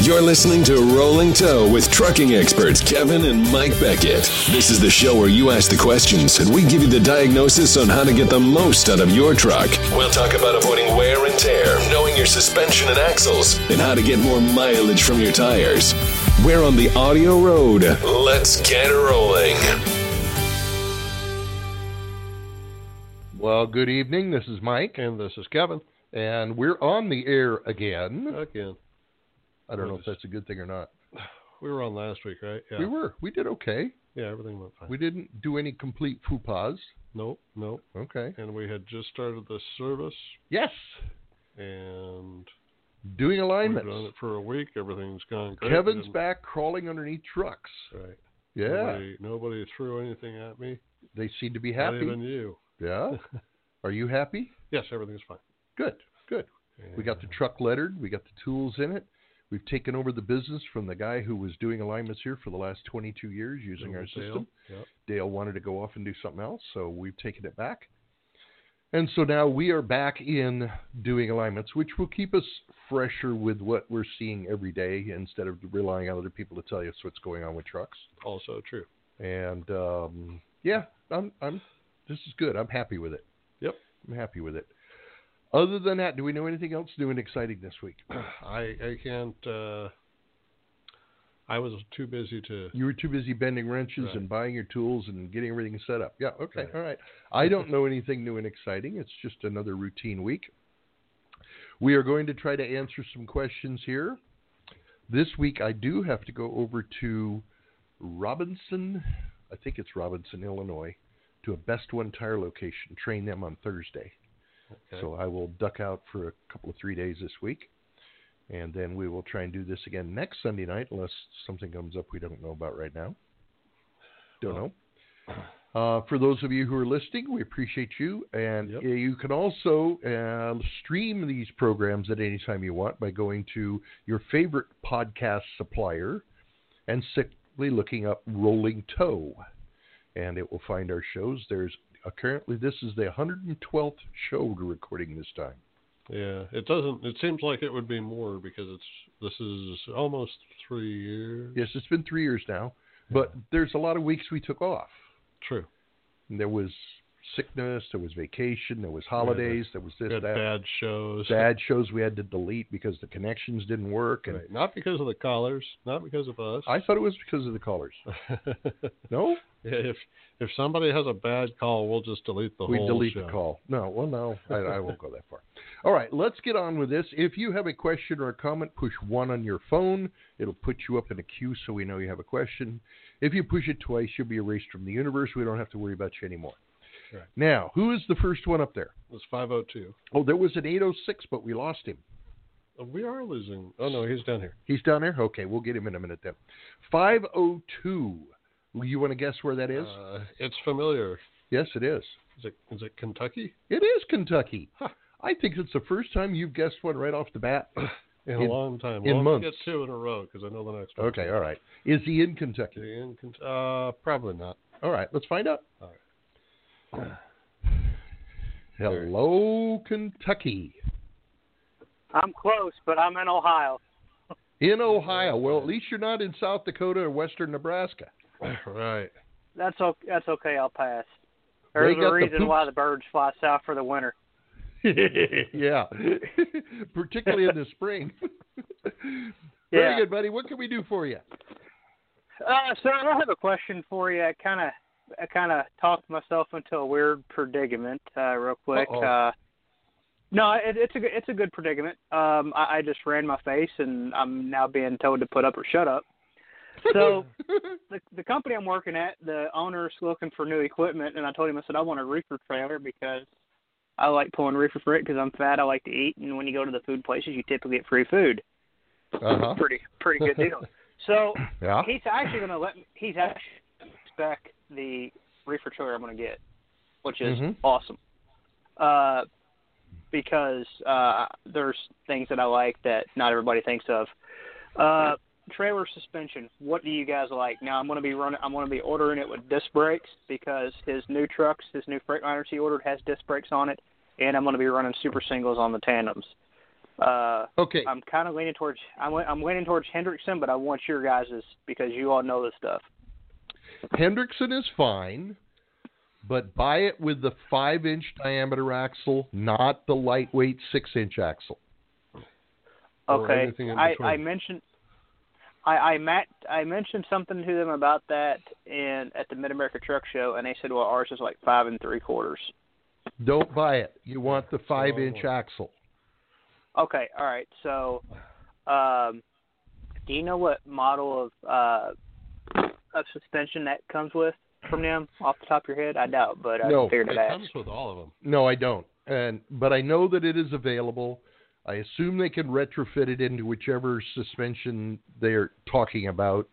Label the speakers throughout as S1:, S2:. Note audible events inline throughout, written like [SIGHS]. S1: You're listening to Rolling Toe with trucking experts Kevin and Mike Beckett. This is the show where you ask the questions and we give you the diagnosis on how to get the most out of your truck. We'll talk about avoiding wear and tear, knowing your suspension and axles, and how to get more mileage from your tires. We're on the audio road. Let's get rolling.
S2: Well, good evening. This is Mike,
S3: And this is Kevin.
S2: and we're on the air again.
S3: Again,
S2: I don't know if that's a good thing or not.
S3: we were on last week, right? Yeah.
S2: We were. We did okay.
S3: Yeah, everything went fine.
S2: We didn't do any complete faux pas.
S3: nope, nope.
S2: Okay.
S3: And we had just started the service,
S2: Yes.
S3: and we've
S2: Doing
S3: done
S2: alignments.
S3: it for a week. Everything's gone great.
S2: Kevin's
S3: And-
S2: back crawling underneath trucks.
S3: Right.
S2: Yeah.
S3: Nobody, nobody threw anything at me.
S2: They seem to be
S3: Not even
S2: happy.
S3: you. [LAUGHS]
S2: Yeah. Are you happy?
S3: Yes, everything's fine.
S2: Good. Good. We got the
S3: And-
S2: truck lettered. We got the tools in it. We've taken over the business from the guy who was doing alignments here for the last 22 years using our
S3: Little Dale.
S2: system.
S3: Yep.
S2: Dale wanted to go off and do something else, so we've taken it back. And so now we are back in doing alignments, which will keep us fresher with what we're seeing every day instead of relying on other people to tell us what's going on with trucks.
S3: Also true.
S2: And um, yeah, I'm, I'm. This is good. I'm happy with it.
S3: Yep.
S2: I'm happy with it. Other than that, do we know anything else new and exciting this week? [CLEARS THROAT]
S3: I I can't. Uh, I was too busy to.
S2: You were too busy bending wrenches
S3: Right.
S2: and buying your tools and getting everything set up. Yeah, okay,
S3: Right.
S2: all right. I don't know anything new and exciting. It's just another routine week. We are going to try to answer some questions here. This week, I do have to go over to Robinson, I think it's Robinson, Illinois, to a Best One Tire location, train them on Thursday.
S3: Okay.
S2: So I will duck out for a couple of three days this week. And then we will try and do this again next Sunday night, unless something comes up we don't know about right now. Don't know. Uh, for those of you who are listening, we appreciate you. And
S3: Yep.
S2: uh, you can also um, stream these programs at any time you want by going to your favorite podcast supplier and simply looking up Rolling Toe. And it will find our shows. There's uh, currently, this is the 112th show we're recording this time.
S3: Yeah, it doesn't. It seems like it would be more because it's this is almost three years.
S2: Yes, it's been three years now, but there's a lot of weeks we took off.
S3: True.
S2: And there was sickness, there was vacation, there was holidays, there was this,
S3: We had
S2: that.
S3: bad shows.
S2: Bad shows we had to delete because the connections didn't work, and
S3: Right. Not because of the collars, not because of us.
S2: I thought it was because of
S3: [LAUGHS]
S2: the callers. No,
S3: if if somebody has a bad call, we'll just delete the
S2: we
S3: whole
S2: delete
S3: show.
S2: the call. No, well, no, I, I won't go that far. All right, let's get on with this. If you have a question or a comment, push one on your phone. It'll put you up in a queue so we know you have a question. If you push it twice, you'll be erased from the universe. We don't have to worry about you anymore.
S3: Correct.
S2: Now, who is the first one up there?
S3: [LAUGHS] It's five oh two.
S2: Oh, there was an 806, but we lost him.
S3: Uh, We are losing. Oh no, he's down here.
S2: He's down there? Okay, we'll get him in a minute then. 502. You want to guess where that is?
S3: Uh, it's familiar.
S2: yes, it is.
S3: Is it is it Kentucky?
S2: It is Kentucky.
S3: Huh.
S2: I think it's the first time you've guessed one right off the bat.
S3: In,
S2: In-
S3: a long time.
S2: in
S3: we'll
S2: months.
S3: Get two in a row because I know the next one.
S2: Okay, all right. Is he in Kentucky?
S3: In Kent- uh, probably not.
S2: All right, let's
S3: [SIGHS]
S2: find out.
S3: All right.
S2: Hello, Kentucky.
S4: I'm close, but I'm in Ohio.
S2: In Ohio. Well, at least you're not in South Dakota or western Nebraska.
S3: [LAUGHS] Right.
S4: That's okay. That's okay. I'll pass.
S2: They
S4: There's
S2: got
S4: a
S2: the
S4: reason
S2: poops.
S4: why the birds fly south for the
S2: [LAUGHS]
S4: winter. Uh,
S2: yeah, particularly
S3: [LAUGHS]
S2: in the spring. [LAUGHS] Very
S4: Yeah.
S2: good, buddy. What can we do for you?
S4: Uh, so I have a question for you. I kind of, I kind of talked myself into a weird predicament uh, real quick.
S2: Uh-oh.
S4: Uh, no, it, it's a good- it's a good predicament. Um, I, I just ran my face, and I'm now being told to put up or shut up.
S2: [LAUGHS]
S4: So the the company I'm working at, the owner's looking for new equipment, and I told him I said I want a reefer trailer because I like pulling reefer freight because I'm fat. I like to eat, and when you go to the food places, you typically get free food.
S2: Uh-huh.
S4: Pretty pretty good deal. so
S2: [LAUGHS] Yeah.
S4: he's actually going to let me. He's actually spec the reefer trailer I'm going to get, which is
S2: Mhm.
S4: awesome. Uh, because uh, there's things that I like that not everybody thinks of. Uh, trailer suspension. What do you guys like? Now I'm going to be running. I'm going to be ordering it with disc brakes because his new trucks, his new Freightliner he ordered has disc brakes on it, and I'm going to be running super singles on the tandems. Uh,
S2: Okay.
S4: I'm kind of leaning towards I'm le- I'm leaning towards Hendrickson, but I want your guys's because you all know this stuff.
S2: Hendrickson is fine, but buy it with the five inch diameter axle, not the lightweight six inch axle.
S3: Or
S4: Okay,
S3: anything in
S4: I
S3: between.
S4: I mentioned. I I, met, I mentioned something to them about that in at the Mid America Truck Show, and they said, "Well, ours is like five and three quarters."
S2: Don't buy it. You want the five inch
S3: Oh.
S2: axle.
S4: Okay, all right. So, um, do you know what model of uh, of suspension that comes with from them off the top of your head? I doubt, but I
S2: No,
S4: figured it
S3: It
S4: out.
S3: comes with all of them.
S2: No, I don't. And but I know that it is available. I assume they can retrofit it into whichever suspension they're talking about.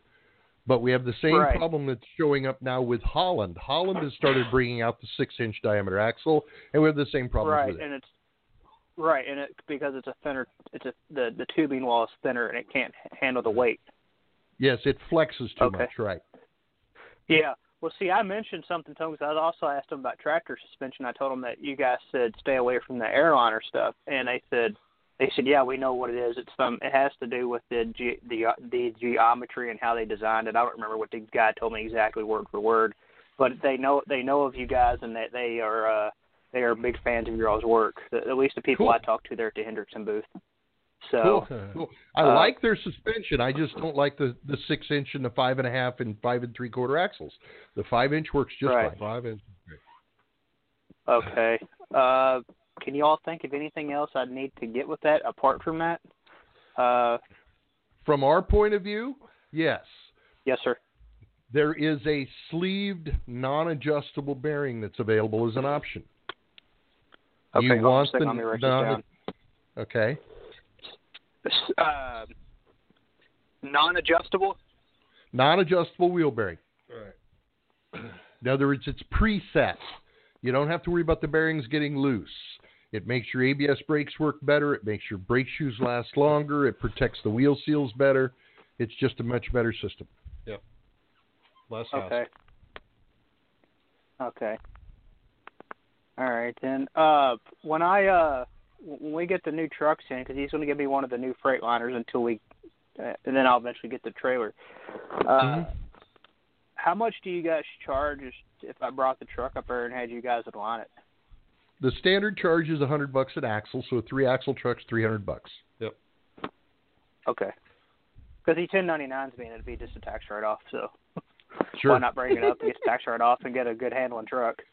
S2: But we have the same
S4: Right.
S2: problem that's showing up now with Holland. Holland has started bringing out the six-inch diameter axle, and we have the same problem
S4: Right,
S2: with it.
S4: and it's right, and it because it's a thinner, it's a the the tubing wall is thinner and it can't h- handle the weight.
S2: Yes, it flexes too
S4: Okay.
S2: much, right?
S4: Yeah. Well, see, I mentioned something to him 'cause I also asked him about tractor suspension. I told him that you guys said stay away from the airliner stuff, and they said they said yeah, we know what it is. It's some it has to do with the ge- the uh, the geometry and how they designed it. I don't remember what the guy told me exactly word for word, but they know they know of you guys and that they are uh, they are big fans of your all's work. At least the people
S2: Cool.
S4: I talked to there at the Hendrickson booth. So.
S2: Cool. cool. I
S4: uh,
S2: like their suspension. I just don't like the, the six inch and the five and a half and five and three quarter axles. The five inch works just
S4: Right.
S2: fine.
S3: Five inch.
S4: Okay. Uh, can you all think of anything else I'd need to get with that apart from that? Uh,
S2: From our point of view, yes.
S4: yes, sir.
S2: There is a sleeved, non adjustable bearing that's available as an option.
S4: Okay,
S2: you
S4: hold on a
S2: want
S4: second,
S2: the
S4: let me write this
S2: non- Okay.
S4: down. Uh, non-adjustable.
S2: Non adjustable wheel bearing.
S3: Right.
S2: In other words, it's preset. You don't have to worry about the bearings getting loose. It makes your ABS brakes work better. It makes your brake shoes last longer. It protects the wheel seals better. It's just a much better system.
S3: Less
S4: Okay. Okay. All right then. Uh, when I uh, w- when we get the new trucks in, because he's going to give me one of the new Freightliners until we, uh, and then I'll eventually get the trailer. Uh,
S2: Mhm.
S4: How much do you guys charge if- if I brought the truck up there and had you guys line it?
S2: The standard charge is 100 bucks an axle, so a three axle truck's 300 bucks.
S4: Okay. Because the 1099s mean it'd be just a tax write-off, so why
S2: Sure.
S4: not bring it up and get the tax write-off and get a good handling truck?
S2: [LAUGHS]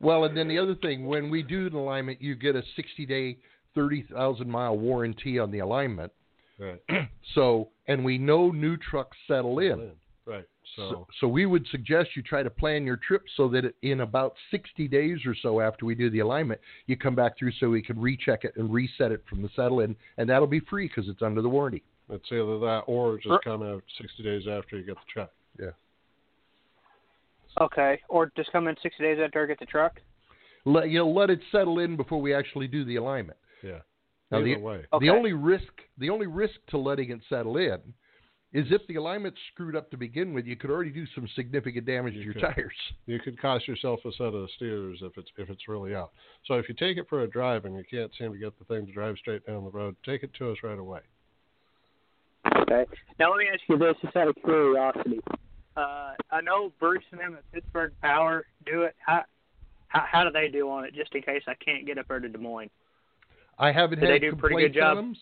S2: Well, and then the other thing, when we do an alignment, you get a 60 day, 30,000 mile warranty on the alignment. [CLEARS THROAT]
S3: Right.
S2: So, and we know new trucks settle in.
S3: Right.
S2: So,
S3: So,
S2: so we would suggest you try to plan your trip so that it- in about 60 days or so after we do the alignment, you come back through so we can recheck it and reset it from the settle in, and that'll be free because it's under the warranty.
S3: it's either that or
S4: Sure.
S3: just come out 60 days after you get the check.
S4: Okay, or just come in 60 days after I get the truck?
S2: Let, you know, let it settle in before we actually do the alignment.
S3: Yeah.
S2: Now,
S3: either
S2: the,
S3: way.
S4: Okay.
S2: The only risk, the only risk to letting it settle in, is if the alignment's screwed up to begin with, you could already do some significant damage to
S3: You
S2: your
S3: could.
S2: tires. [LAUGHS]
S3: you could cost yourself a set of steers if it's if it's really out. So if you take it for a drive and you can't seem to get the thing to drive straight down the road, take it to us right away.
S4: Okay. Now let me ask you this, just out of curiosity. Uh, I know Bruce and them at Pittsburgh Power do it. How, how how do they do on it? Just in case I can't get up there to Des Moines.
S2: I haven't
S4: Did
S2: had
S4: they do a pretty
S2: complaints
S4: good job?
S2: on them.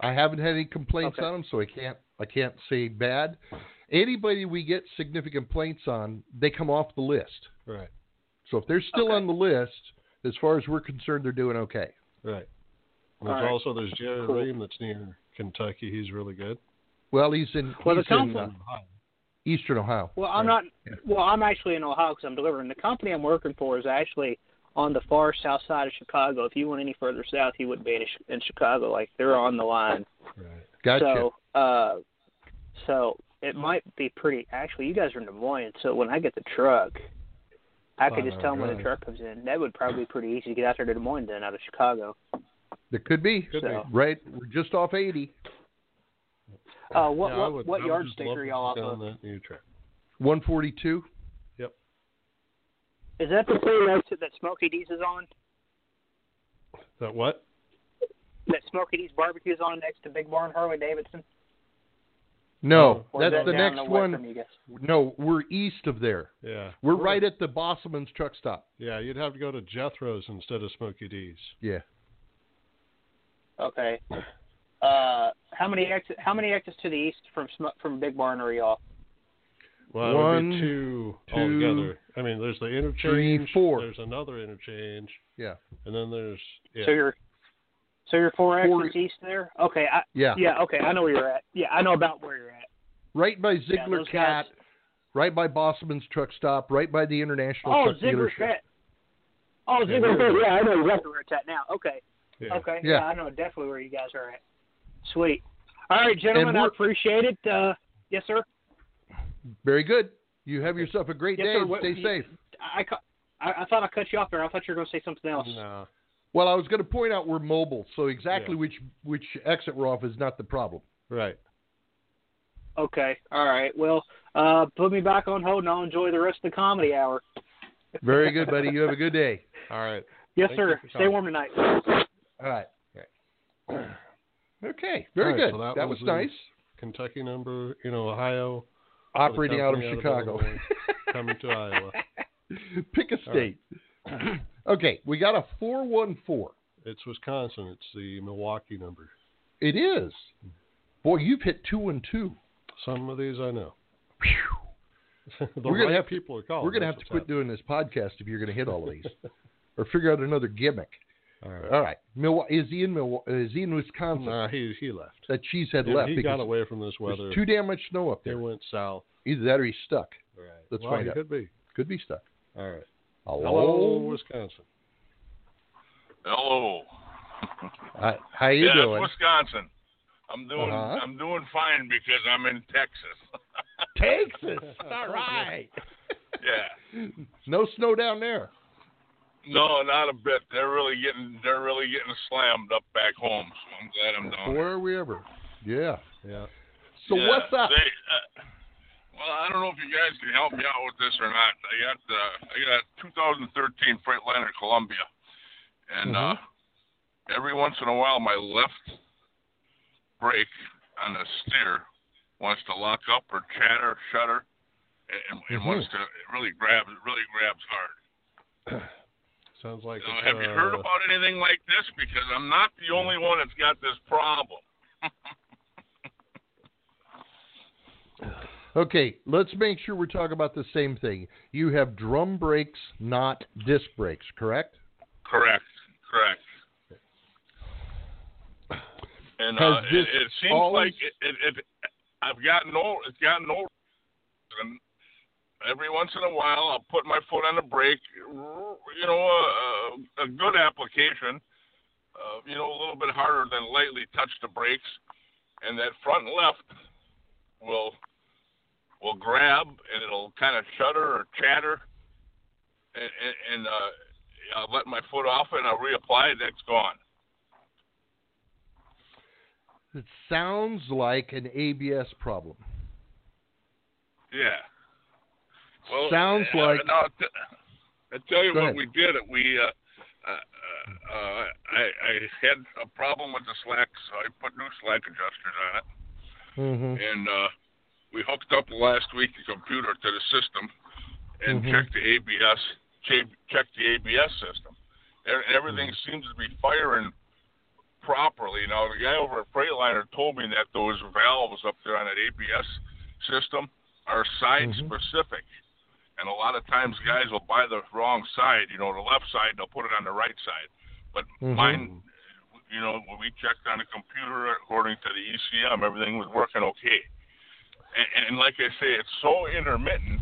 S2: I haven't had any complaints
S4: Okay.
S2: on them, so I can't I can't say bad. Anybody we get significant complaints on, they come off the list.
S3: Right.
S2: So if they're still
S4: Okay.
S2: on the list, as far as we're concerned, they're doing okay.
S3: Right. And
S4: All
S3: there's
S4: right.
S3: also there's Jerry
S4: Cool.
S3: Ream that's near Kentucky. He's really good.
S2: Well, he's in,
S4: Well, the
S2: he's in
S4: company-
S2: uh, Eastern Ohio.
S4: Well, I'm
S3: Right.
S2: Yeah.
S4: not. Well, I'm actually in Ohio because I'm delivering. The company I'm working for is actually on the far south side of Chicago. If you went any further south, you wouldn't be in, in Chicago. Like they're on the line.
S3: Right.
S2: Gotcha.
S4: So, uh, so it might be pretty. Actually, you guys are in Des Moines, so when I get the truck, I could
S3: Five
S4: just
S3: hour
S4: tell them when the
S3: drive.
S4: truck comes in. That would probably be pretty easy to get out there to Des Moines then out of Chicago.
S2: There could be.
S3: Could
S4: So-
S2: Right, we're just off 80,
S4: Uh, what
S3: Yeah, I
S4: what,
S3: would-
S4: what
S3: I would
S4: yardstick
S3: just love
S4: are
S3: to
S4: y'all off
S3: get
S4: of?
S3: on that new track.
S2: 142.
S4: Is that the same exit that Smokey D's is on?
S3: That what?
S4: that Smokey D's barbecues on next to Big Barn Harley Davidson?
S3: Oh,
S2: No,
S4: Or is
S2: that's
S4: that
S2: the
S4: down
S2: next
S4: the way From
S2: one.
S4: you guys?
S2: No, we're east of there.
S3: Yeah.
S2: We're right at the Bosselman's truck stop.
S3: Yeah, you'd have to go to Jethro's instead of Smokey D's.
S2: Yeah.
S4: Okay. Uh, how many exits? How many exits to the east from Smo- from Big Barn are y'all?
S3: Well, it would
S2: One,
S3: be two,
S2: two,
S3: altogether. I mean, there's the interchange.
S2: four.
S3: There's another interchange.
S2: Yeah.
S3: And then there's yeah.
S4: So you're so you're four exits
S2: Four-
S4: east there. Okay. I,
S2: Yeah.
S4: yeah. Okay. I know where you're at. Yeah, I know about where you're at.
S2: Right by
S4: Yeah,
S2: Ziegler
S4: those
S2: Cat,
S4: guys-
S2: right by Bosselman's truck stop, right by the International
S4: Oh,
S2: Truck
S4: Ziggler
S2: Dealership.
S4: Cat. Oh,
S3: Yeah,
S4: Ziggler
S3: there
S4: Cat.
S3: it is.
S4: Yeah, I know exactly where it's at now. Okay.
S3: yeah.
S4: Okay.
S2: Yeah.
S4: I know definitely where you guys are at. Sweet. All right, gentlemen.
S2: And
S4: I
S2: we're-
S4: appreciate it. Uh, yes, sir.
S2: Very good. You have yourself a great
S4: Yes,
S2: day.
S4: sir.
S2: and
S4: What-
S2: Stay
S4: you-
S2: safe.
S4: I, cu- I I thought I cut you off there. I thought you were going to say something else.
S3: Nah.
S2: Well, I was going to point out we're mobile, so exactly
S3: Yeah.
S2: which which exit we're off is not the problem.
S3: Right.
S4: Okay. All right. Well, uh, put me back on hold, and I'll enjoy the rest of the comedy hour.
S2: Very good, buddy. You have a good day.
S3: All right.
S4: Yes,
S3: Thank you
S4: sir.
S3: for
S4: Stay
S3: calling.
S4: warm tonight.
S2: All right. Okay.
S3: All
S2: Very
S3: right,
S2: good.
S3: so
S2: that,
S3: that
S2: was,
S3: was the-
S2: nice.
S3: Kentucky number, you know, Ohio.
S2: Operating out of
S3: company out of
S2: Chicago.
S3: Illinois. Coming to Iowa.
S2: [LAUGHS] Pick a
S3: All right.
S2: state. [CLEARS THROAT] okay, we got a 414.
S3: It's Wisconsin. It's the Milwaukee number.
S2: It is. Boy, you've hit two and two.
S3: Some of these I know. [LAUGHS] the
S2: We're gonna
S3: right
S2: have to-
S3: people are calling.
S2: We're going to have
S3: That's
S2: to
S3: what's
S2: quit doing this podcast if you're going to hit all
S3: [LAUGHS]
S2: of these or figure out another
S3: happening.
S2: gimmick.
S3: All right.
S2: All right. Milwa- is, he in Milwa- is he in Wisconsin?
S3: Nah, he he left.
S2: That cheesehead
S3: He-
S2: left
S3: he
S2: because
S3: got away from this
S2: there's
S3: weather.
S2: too damn much snow up
S3: He
S2: there.
S3: went south.
S2: Either that or he's stuck.
S3: Right.
S2: Let's
S3: well,
S2: find
S3: he
S2: out.
S3: could be.
S2: Could be stuck.
S3: All right.
S2: Hello.
S3: Hello, Wisconsin.
S5: Hello.
S2: Hi, how you
S5: yeah,
S2: doing?
S5: That's Wisconsin. I'm doing
S2: Uh-huh.
S5: I'm doing fine because I'm in Texas. [LAUGHS]
S2: Texas. All right. [LAUGHS]
S5: yeah.
S2: No snow down there.
S5: No, not a bit. They're really getting they're really getting slammed up back home. So I'm glad I'm down.
S2: Where are we ever? Yeah.
S3: Yeah.
S2: So
S5: Yeah,
S2: what's up?
S5: They, uh, well, I don't know if you guys can help me out with this or not. I got uh, I got a 2013 Freightliner Columbia, and uh, every once in a while my left brake on the steer wants to lock up or chatter, shudder, and, and
S2: Mhm.
S5: wants to it really grabs it really grabs hard.
S3: Mm-hmm. Sounds like.
S5: Now,
S3: it's,
S5: have you heard
S3: uh,
S5: about anything like this? Because I'm not the only one that's got this problem.
S2: Okay, let's make sure we're talking about the same thing. You have drum brakes, not disc brakes, correct?
S5: Correct. Correct. And
S2: Has
S5: uh,
S2: this
S5: it, it seems
S2: always-
S5: like it, it, it. I've gotten no. It's gotten no. And every once in a while, I'll put my foot on the brake. You know, a, a good application. Uh, you know, a little bit harder than lightly touch the brakes, and that front left will will grab and it'll kind of shudder or chatter, and and, and uh, I'll let my foot off and I'll reapply it. That's gone.
S2: It sounds like an ABS problem. [LAUGHS]
S5: Yeah. Well,
S2: Sounds
S5: uh,
S2: like-
S5: No, t- I tell you
S2: Go
S5: what
S2: ahead.
S5: we did. We uh, uh, uh, uh, I, I had a problem with the slack, so I put new slack adjusters on it,
S2: Mm-hmm.
S5: and uh, we hooked up last week the computer to the system and
S2: Mhm.
S5: checked the ABS, che- checked the ABS system. E- Everything seems to be firing properly. Now the guy over at Freightliner told me that those valves up there on that ABS system are side
S2: Mhm.
S5: specific. And a lot of times guys will buy the wrong side, you know, the left side, they'll put it on the right side. But
S3: Mm-hmm.
S2: Mhm.
S5: mine, you know, when we checked on the computer, according to the E ECM, everything was working okay. And, and like I say, it's so intermittent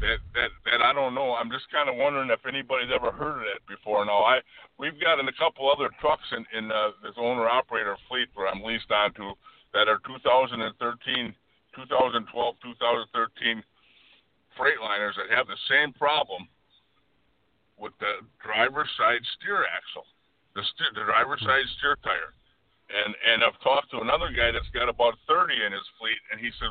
S5: that, that, that I don't know. I'm just kind of wondering if anybody's ever heard of that before. Now, I, we've got in a couple other trucks in, in uh, this owner operator fleet where I'm leased onto that are 2013, 2012, 2013 Freightliners that have the same problem with the driver's side steer axle, the, steer, the driver's side steer tire. And and I've talked to another guy that's got about 30 in his fleet, and he said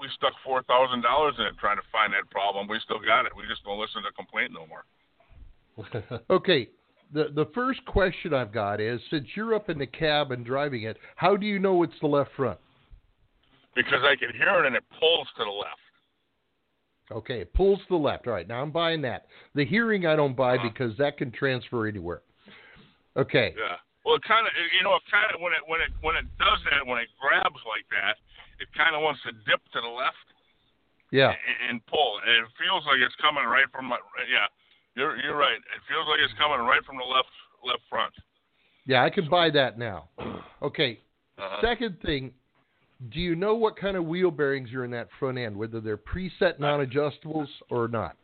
S5: we stuck four thousand dollars in it trying to find that problem. We still got it. We just don't listen to complaint no more.
S2: Okay, the the first question I've got is since you're up in the cab and driving it, how do you know it's the left front?
S5: because I can hear it and it pulls to the left.
S2: Okay, it pulls to the left. All right, now I'm buying that. The hearing I don't buy because that can transfer anywhere. Okay,
S5: Yeah. Well, it kind of you know it kind of when it when it when it does that when it grabs like that, it kind of wants to dip to the left
S2: yeah,
S5: and, and pull. And it feels like it's coming right from my yeah. You're you're right. It feels like it's coming right from the left left front.
S2: yeah, I can buy that now. Okay,
S5: Uh-huh.
S2: second thing, do you know what kind of wheel bearings are in that front end, whether they're preset non-adjustables or not?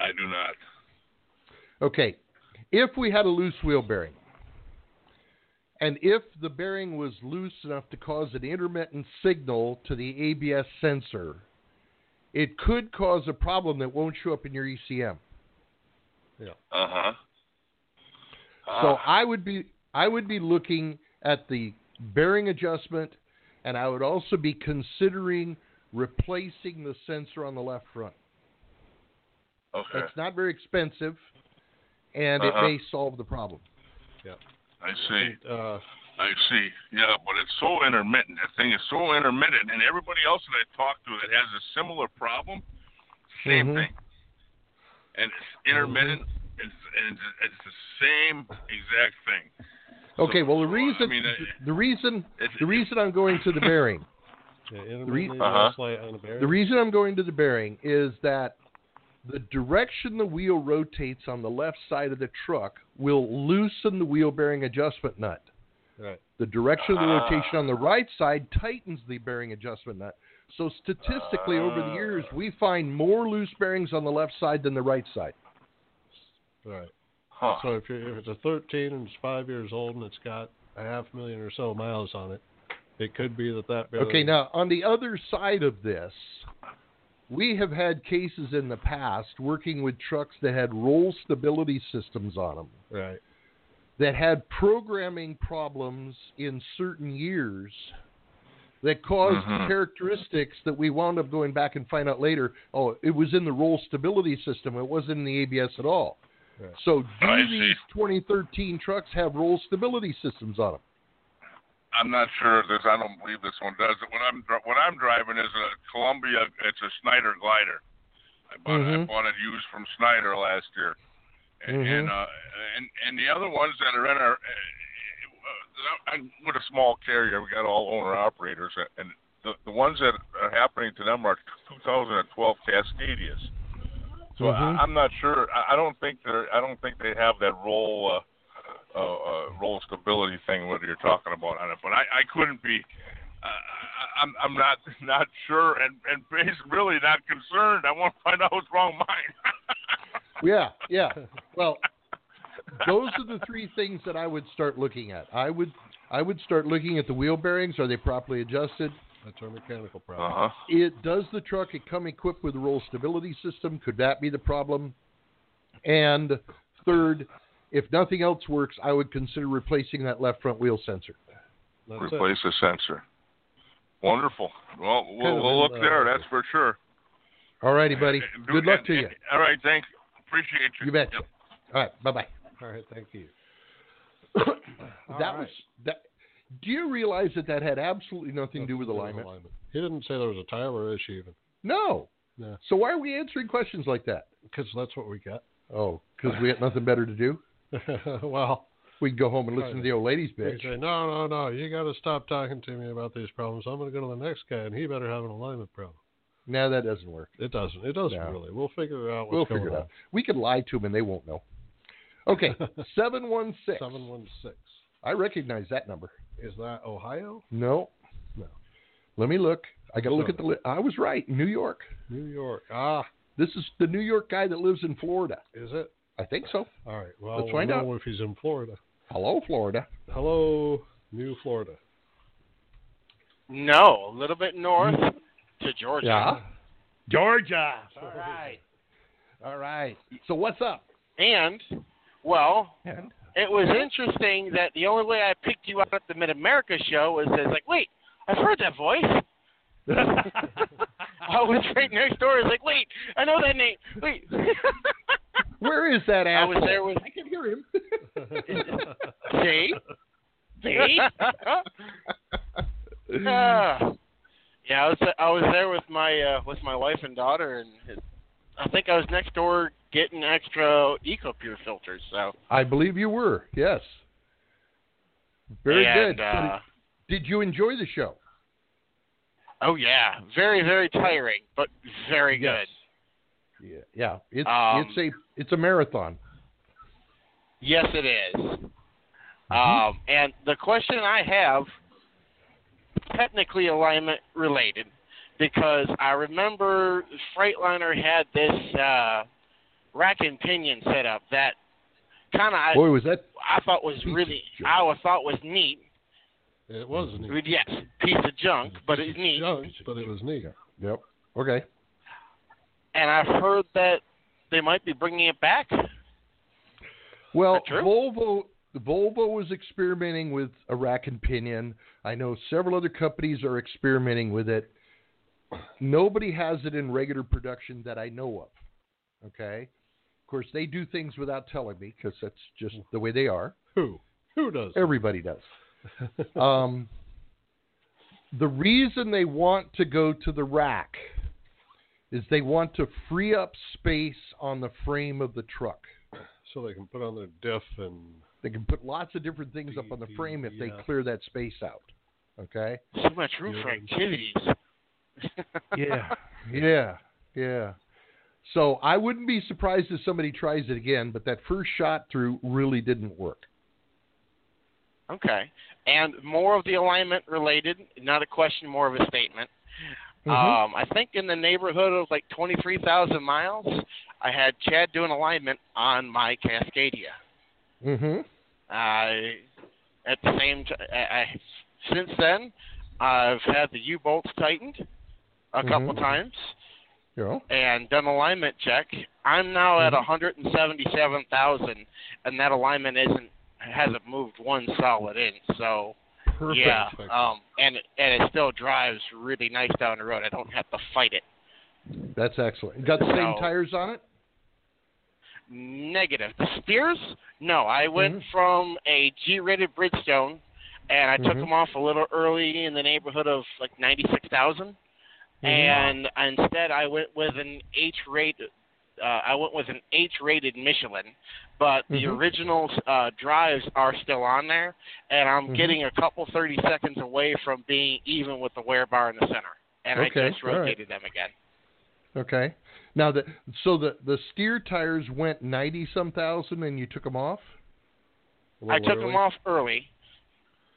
S5: I do not.
S2: Okay, if we had a loose wheel bearing, and if the bearing was loose enough to cause an intermittent signal to the ABS sensor, it could cause a problem that won't show up in your E ECM.
S5: Uh huh.
S2: So
S5: Ah.
S2: I would be I would be looking at the bearing adjustment, and I would also be considering replacing the sensor on the left front.
S5: Okay.
S2: It's not very expensive, and
S5: Uh-huh.
S2: it may solve the problem.
S5: I see.
S3: Uh,
S5: I see. Yeah, but it's so intermittent. That thing is so intermittent, and everybody else that I talk to that has a similar problem, same
S2: Mhm.
S5: thing. And it's
S2: Mm-hmm.
S5: intermittent. It's, and it's, it's the same exact thing.
S2: Okay, well the
S5: so, I
S2: reason
S5: mean, I-
S2: the reason
S5: It's,
S2: the reason I'm going
S5: [LAUGHS]
S2: to the bearing,
S3: yeah,
S2: re-
S3: intermittently
S5: Uh-huh.
S3: lost light on the bearing.
S2: the reason I'm going to the bearing is that the direction the wheel rotates on the left side of the truck will loosen the wheel bearing adjustment nut.
S3: Right.
S2: The direction of the
S3: Uh-huh.
S5: Ah.
S2: rotation on the right side tightens the bearing adjustment nut. So statistically, over the years, we find more loose bearings on the left side than the right side.
S3: Right.
S5: huh.
S3: So if, you're, if it's a 13 and it's five years old and it's got a half million or so miles on it, it could be that that bearing.
S2: Okay, now on the other side of this, we have had cases in the past working with trucks that had roll stability systems on them
S3: Right.
S2: that had programming problems in certain years that caused
S3: Mm-hmm.
S5: Mhm.
S2: characteristics that we wound up going back and find out later. Oh, it was in the roll stability system. It wasn't in the ABS at all.
S3: Right.
S2: So do
S5: I see.
S2: these 2013 trucks have roll stability systems on them?
S5: I'm not sure if this. I don't believe this one does. What I'm dri- what I'm driving is a Columbia. It's a Snyder glider. I bought, I
S3: Mm-hmm.
S2: Mhm.
S5: bought it used from Snyder last year, and and, uh, and and the other ones that are in our uh, uh, with a small carrier, we got all owner operators, uh, and the the ones that are happening to them are 2012 Cascadias. So
S6: Mm-hmm.
S2: Mhm.
S5: I, I'm not sure. I, I don't think they're. I don't think they have that roll, uh, uh, uh, roll stability thing. What you're talking about on it, but I, I couldn't be. Uh, I, I'm I'm not [LAUGHS] not sure, and and basically really not concerned. I want to find out what's wrong with mine. [LAUGHS]
S2: Yeah, yeah. Well, those are the three things that I would start looking at. I would I would start looking at the wheel bearings. Are they properly adjusted?
S3: That's our mechanical problem.
S5: uh huh.
S2: It does the truck it come equipped with a roll stability system? Could that be the problem? And third, if nothing else works, I would consider replacing that left front wheel sensor.
S3: That's it.
S5: Replace the sensor. Wonderful. Well,
S3: Kind
S5: we'll,
S3: of
S5: we'll look
S3: in, uh,
S5: there. That's for sure.
S2: All righty, buddy.
S5: And do-
S2: Good luck
S5: and-
S2: to you.
S5: and- All right. Thanks. Appreciate you.
S2: You betcha.
S5: Yep.
S2: All right, bye bye.
S3: All right. Thank you. All
S2: That
S3: right.
S2: was that. Do you realize that that had absolutely nothing to do with alignment?
S3: He didn't say there was a Tyler issue even,
S2: No.
S3: No.
S2: So why are we answering questions like that?
S3: because that's what we got.
S2: Oh, because we got nothing better to do. [LAUGHS]
S3: well,
S2: We can go home and listen to the old ladies'
S3: they
S2: bitch.
S3: say, no, no, no. You got to stop talking to me about these problems. I'm going to go to the next guy, and he better have an alignment problem.
S2: No, that doesn't work.
S3: It doesn't. It doesn't
S2: No.
S3: really. We'll figure out what's
S2: We'll
S3: going
S2: figure it
S3: on.
S2: out. We could lie to them and they won't know.
S3: [LAUGHS]
S2: Okay, 716.
S3: Seven one six.
S2: I recognize that number.
S3: Is that Ohio?
S2: No.
S3: No.
S2: Let me look. I got to look
S3: No.
S2: at the. Li- I was right. New York.
S3: New York. Ah,
S2: This is the New York guy that lives in Florida.
S3: is it?
S2: I think so.
S3: All right. Well,
S2: Let's
S3: we'll
S2: find
S3: know if he's in Florida.
S2: Hello, Florida.
S3: Hello, New Florida.
S6: No, a little bit north to Georgia.
S2: Georgia.
S6: All right.
S2: All right. So what's up?
S6: And, well,
S2: And?
S6: it was interesting that the only way I picked you out at the Mid America show was it's like, wait, I've heard that
S2: [LAUGHS]
S6: voice. [LAUGHS] [LAUGHS] I was right next door. I was like, wait, I know that name. Wait.
S2: Where is that
S6: I
S2: asshole?
S6: was there with
S2: I can hear him.
S6: [LAUGHS] see,
S2: [LAUGHS]
S6: see. Ah. yeah, I was I was there with my uh, with my wife and daughter, and it- I think I was next door getting extra EcoPure filters. So
S2: I believe you were. Yes. Very
S6: and,
S2: good.
S6: Uh,
S2: Did you enjoy the show?
S6: oh yeah, very very tiring, but very good.
S2: Yes. Yeah, yeah. It's
S6: Um,
S2: it's a it's a marathon.
S6: Yes, it is.
S2: Mm-hmm.
S6: Um, and the question I have, technically alignment related, because I remember Freightliner had this uh, rack and pinion setup that kind of I,
S2: Boy, was that
S6: I thought was
S2: piece
S6: really
S2: of junk.
S6: I was- thought was neat.
S3: It was neat.
S6: Yes, piece of junk, but it's neat.
S3: Junk, but it was neat.
S2: Yep. Okay.
S6: And I've heard that they might be bringing it back.
S2: Well,
S6: That true?
S2: Volvo Volvo was experimenting with a rack and pinion. I know several other companies are experimenting with it. Nobody has it in regular production that I know of. Okay. Of course, they do things without telling me because that's just the way they are.
S3: Who? Who does?
S2: Everybody does.
S3: [LAUGHS]
S2: um, the reason they want to go to the rack is they want to free up space on the frame of the truck.
S3: So they can put on their diff and
S2: They can put lots of different things up on the frame if they
S3: Yeah.
S2: clear that space out. Okay?
S6: So much room for activities. [LAUGHS]
S2: Yeah. yeah. Yeah. So I wouldn't be surprised if somebody tries it again, but that first shot through really didn't work.
S6: Okay. And more of the alignment related, not a question, more of a statement.
S2: Mhm.
S6: Um, I think in the neighborhood of like 23,000 miles, I had Chad doing alignment on my Cascadia.
S2: Mm-hmm.
S6: I, at the same time, I, since then, I've had the U bolts tightened a couple
S2: Mhm.
S6: times
S2: You know?
S6: and done alignment check. I'm now at 177,000, and that alignment isn't hasn't moved one solid inch. So
S3: perfect.
S6: yeah, um, and and it still drives really nice down the road. I don't have to fight it.
S2: That's excellent. Got the same
S6: So-
S2: tires on it?
S6: Negative. The steers? No, I went
S2: Mhm.
S6: from a G-rated Bridgestone, and I took
S2: Mhm.
S6: them off a little early in the neighborhood of like ninety-six
S3: Mm-hmm.
S2: Mm-hmm.
S6: and instead I went with an H-rated. Uh, I went with an H-rated Michelin, but the
S2: Mhm.
S6: original uh, drives are still on there, and I'm
S2: Mhm.
S6: getting a couple thirty seconds away from being even with the wear bar in the center, and I
S2: Okay,
S6: just
S2: all right.
S6: rotated them again.
S2: Okay. Now the so the the steer tires went ninety some thousand, and you took them off.
S6: I
S2: A little
S6: took
S2: early?
S6: them off early.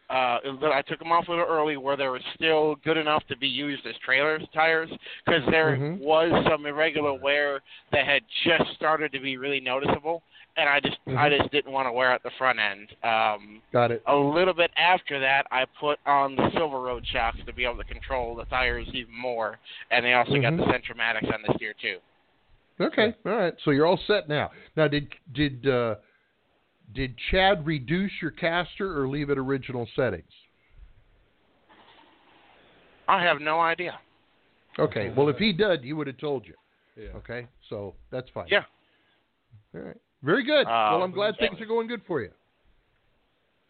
S6: Uh, but I took them off a little early where they were still good enough to be used as trailer tires because there
S2: Mhm.
S6: was some irregular wear that had just started to be really noticeable, and I just I
S2: Mhm.
S6: just didn't want to wear out the front end. Um,
S2: Got it.
S6: a little bit after that, I put on the Silver Road shocks to be able to control the tires even more, and they also
S2: Mhm.
S6: got the Centromatics on this year too.
S2: Okay. All right. So you're all set now. Now did did uh, did Chad reduce your caster or leave it original settings?
S6: I have no idea.
S2: Okay. Well, if he did, he would have told you.
S3: Yeah.
S2: Okay. So that's fine.
S6: Yeah.
S2: All right. Very good. well, I'm
S6: Um,
S2: glad things are going good for you.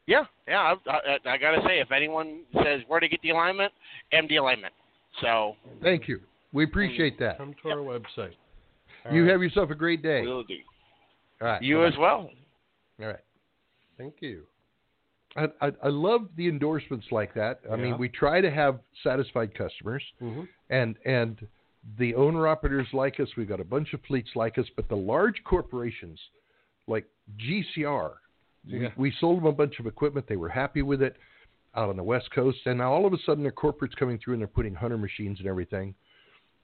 S6: Yeah, yeah. I, I, I gotta say, if anyone says where to get the alignment, MD alignment. So
S2: Thank you. We appreciate that.
S3: Come to our website. All
S2: You
S3: right.
S2: have yourself a great day.
S6: will do.
S2: All right.
S6: You
S2: Bye-bye.
S6: as well.
S2: All right.
S3: Thank you.
S2: I, I, I love the endorsements like that. I
S3: Yeah.
S2: mean, we try to have satisfied customers,
S3: hmm
S2: and and the owner operators like us. We've got a bunch of fleets like us, but the large corporations like GCR,
S3: Yeah.
S2: we, we sold them a bunch of equipment. They were happy with it out on the West Coast, and now all of a sudden, their corporates coming through and they're putting hunter machines and everything.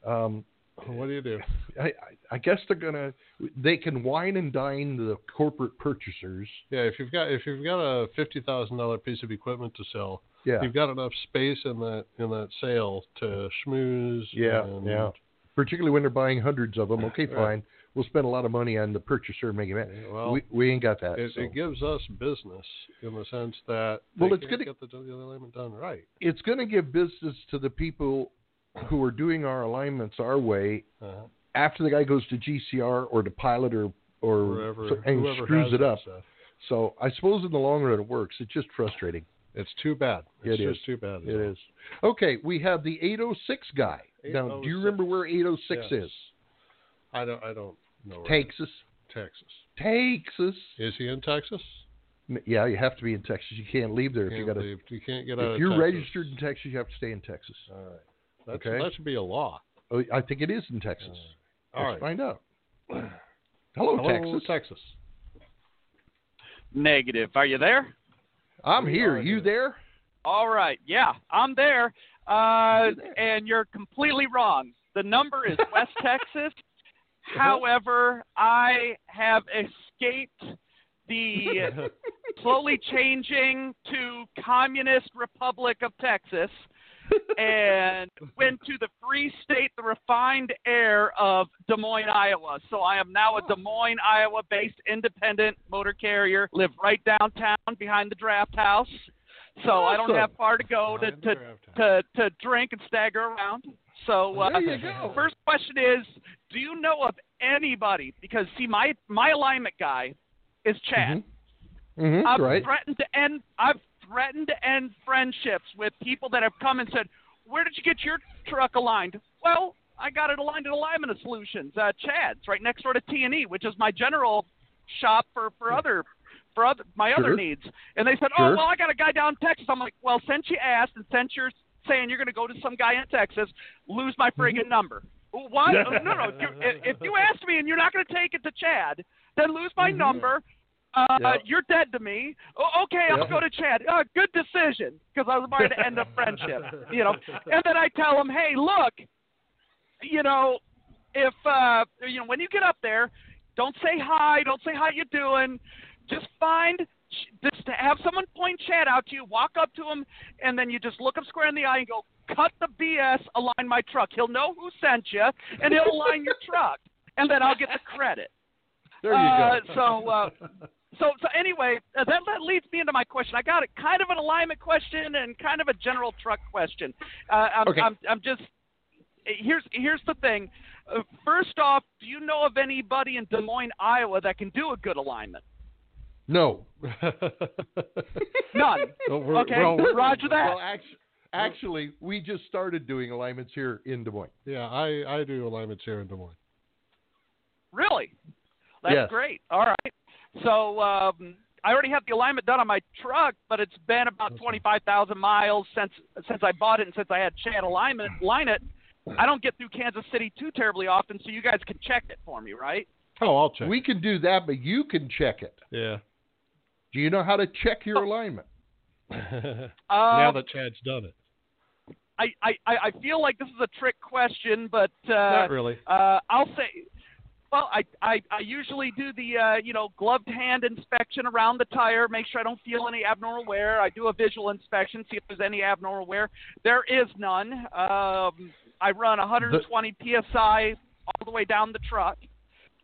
S2: Um,
S3: What do you do?
S2: [LAUGHS] I, I, I guess they're gonna. They can wine and dine the corporate purchasers.
S3: Yeah, if you've got if you've got a fifty thousand dollar piece of equipment to sell,
S2: Yeah.
S3: you've got enough space in that in that sale to schmooze.
S2: Yeah,
S3: and-
S2: yeah. particularly when they're buying hundreds of them.
S3: [LAUGHS]
S2: Okay,
S3: Right.
S2: fine. We'll spend a lot of money on the purchaser making it.
S3: Yeah, well,
S2: we, we ain't got that.
S3: It,
S2: so.
S3: it gives us business in the sense that
S2: Well,
S3: they
S2: it's
S3: can't
S2: gonna-
S3: get the, the alignment done right.
S2: it's going to give business to the people who are doing our alignments our way
S3: Uh-huh.
S2: after the guy goes to GCR or to Pilot or or
S3: wherever
S2: so- and
S3: whoever
S2: screws
S3: has
S2: it
S3: that
S2: up.
S3: stuff.
S2: So I suppose in the long run it works. It's just frustrating.
S3: It's too bad.
S2: It
S3: It's
S2: is.
S3: just too bad.
S2: It is. Okay, we have the 806 guy. Now, do you
S3: 806.
S2: remember where 806
S3: Yes.
S2: is?
S3: I don't. I don't know. where it
S2: Texas.
S3: is. Texas.
S2: Texas.
S3: Is he in Texas?
S2: N- Yeah, you have to be in Texas. You can't leave there if you
S3: Can't
S2: got to.
S3: leave. You can't get out.
S2: If
S3: of
S2: you're
S3: Texas.
S2: registered in Texas, you have to stay in Texas.
S3: All right. That's,
S2: Okay.
S3: That should be a law.
S2: Oh, I think it is in Texas.
S3: All
S2: Let's
S3: right.
S2: find out. Hello,
S3: Hello,
S2: Texas.
S3: Texas.
S7: Negative. Are you there?
S2: I'm
S3: We
S2: here.
S3: are
S2: You
S3: here.
S2: there?
S7: All right. Yeah, I'm there. Uh,
S2: You're there.
S7: and you're completely wrong. The number is
S2: [LAUGHS]
S7: West Texas.
S8: Uh-huh.
S3: Uh-huh.
S7: However, I have escaped the slowly changing to Communist Republic of Texas and went to the free state, the refined air of Des Moines, Iowa. So I am now a Des Moines, Iowa based independent motor carrier, live right downtown behind the draft house. So I don't
S2: Awesome.
S7: have far to go to,
S3: Behind the
S7: to,
S3: draft house.
S7: to, to drink and stagger around. So uh,
S2: There you go.
S7: first question is, do you know of anybody? Because see, my my alignment guy is Chad.
S2: Mhm,
S7: I've
S2: right.
S7: threatened to end. I've threatened to end friendships with people that have come and said, "Where did you get your truck aligned?" Well, I got it aligned at Alignment Solutions, uh, Chad's, right next door to T and E, which is my general shop for for other for other, my
S2: Mm. Sure.
S7: other needs. And they said,
S2: Sure.
S7: "Oh, well, I got a guy down in Texas." I'm like, "Well, since you asked and since you're saying you're going to go to some guy in Texas, lose my
S2: Mm-hmm.
S7: friggin' number." What? no, no. If you, if you asked me and you're not going to take it to Chad, then lose my number. Uh,
S2: Mm-hmm. Yep.
S7: You're dead to me. O- okay, I'll
S2: Yep.
S7: go to Chad. Uh, good decision, because I was about to end a friendship, you
S3: [LAUGHS]
S7: know. And then I tell him, hey, look, you know, if uh, you know when you get up there, don't say hi, don't say how you doing. Just find just have someone point Chad out to you, walk up to him, and then you just look him square in the eye and go, cut the BS, align my truck. He'll know who sent you, and he'll align your truck, and then I'll get the credit.
S2: There you
S7: uh,
S2: go.
S7: So, uh, so, so anyway, uh, that, that leads me into my question. I got a kind of an alignment question and kind of a general truck question. Uh, I'm,
S2: Okay.
S7: I'm, I'm just here's here's the thing. Uh, first off, do you know of anybody in Des Moines, Iowa, that can do a good alignment?
S2: no.
S7: None.
S2: Don't worry.
S7: Okay,
S2: [LAUGHS] Well,
S7: Roger that.
S2: well, actually, actually, we just started doing alignments here in Des Moines.
S3: Yeah, I, I do alignments here in Des Moines.
S7: Really? That's
S2: Yes.
S7: great. All right. So um, I already have the alignment done on my truck, but it's been about twenty five thousand miles since since I bought it and since I had Chad alignment line it. I don't get through Kansas City too terribly often, so you guys can check it for me, right?
S3: Oh, I'll check.
S2: We can do that, but you can check it.
S3: yeah.
S2: Do you know how to check
S3: [LAUGHS]
S2: your alignment?
S3: now
S7: Um,
S3: that Chad's done it.
S7: I, I, I I feel like this is a trick question, but uh,
S3: Not really.
S7: Uh, I'll say, well, I, I, I usually do the, uh, you know, gloved hand inspection around the tire, make sure I don't feel any abnormal wear. I do a visual inspection, see if there's any abnormal wear. There is none. Um, I run 120 psi all the way down the truck.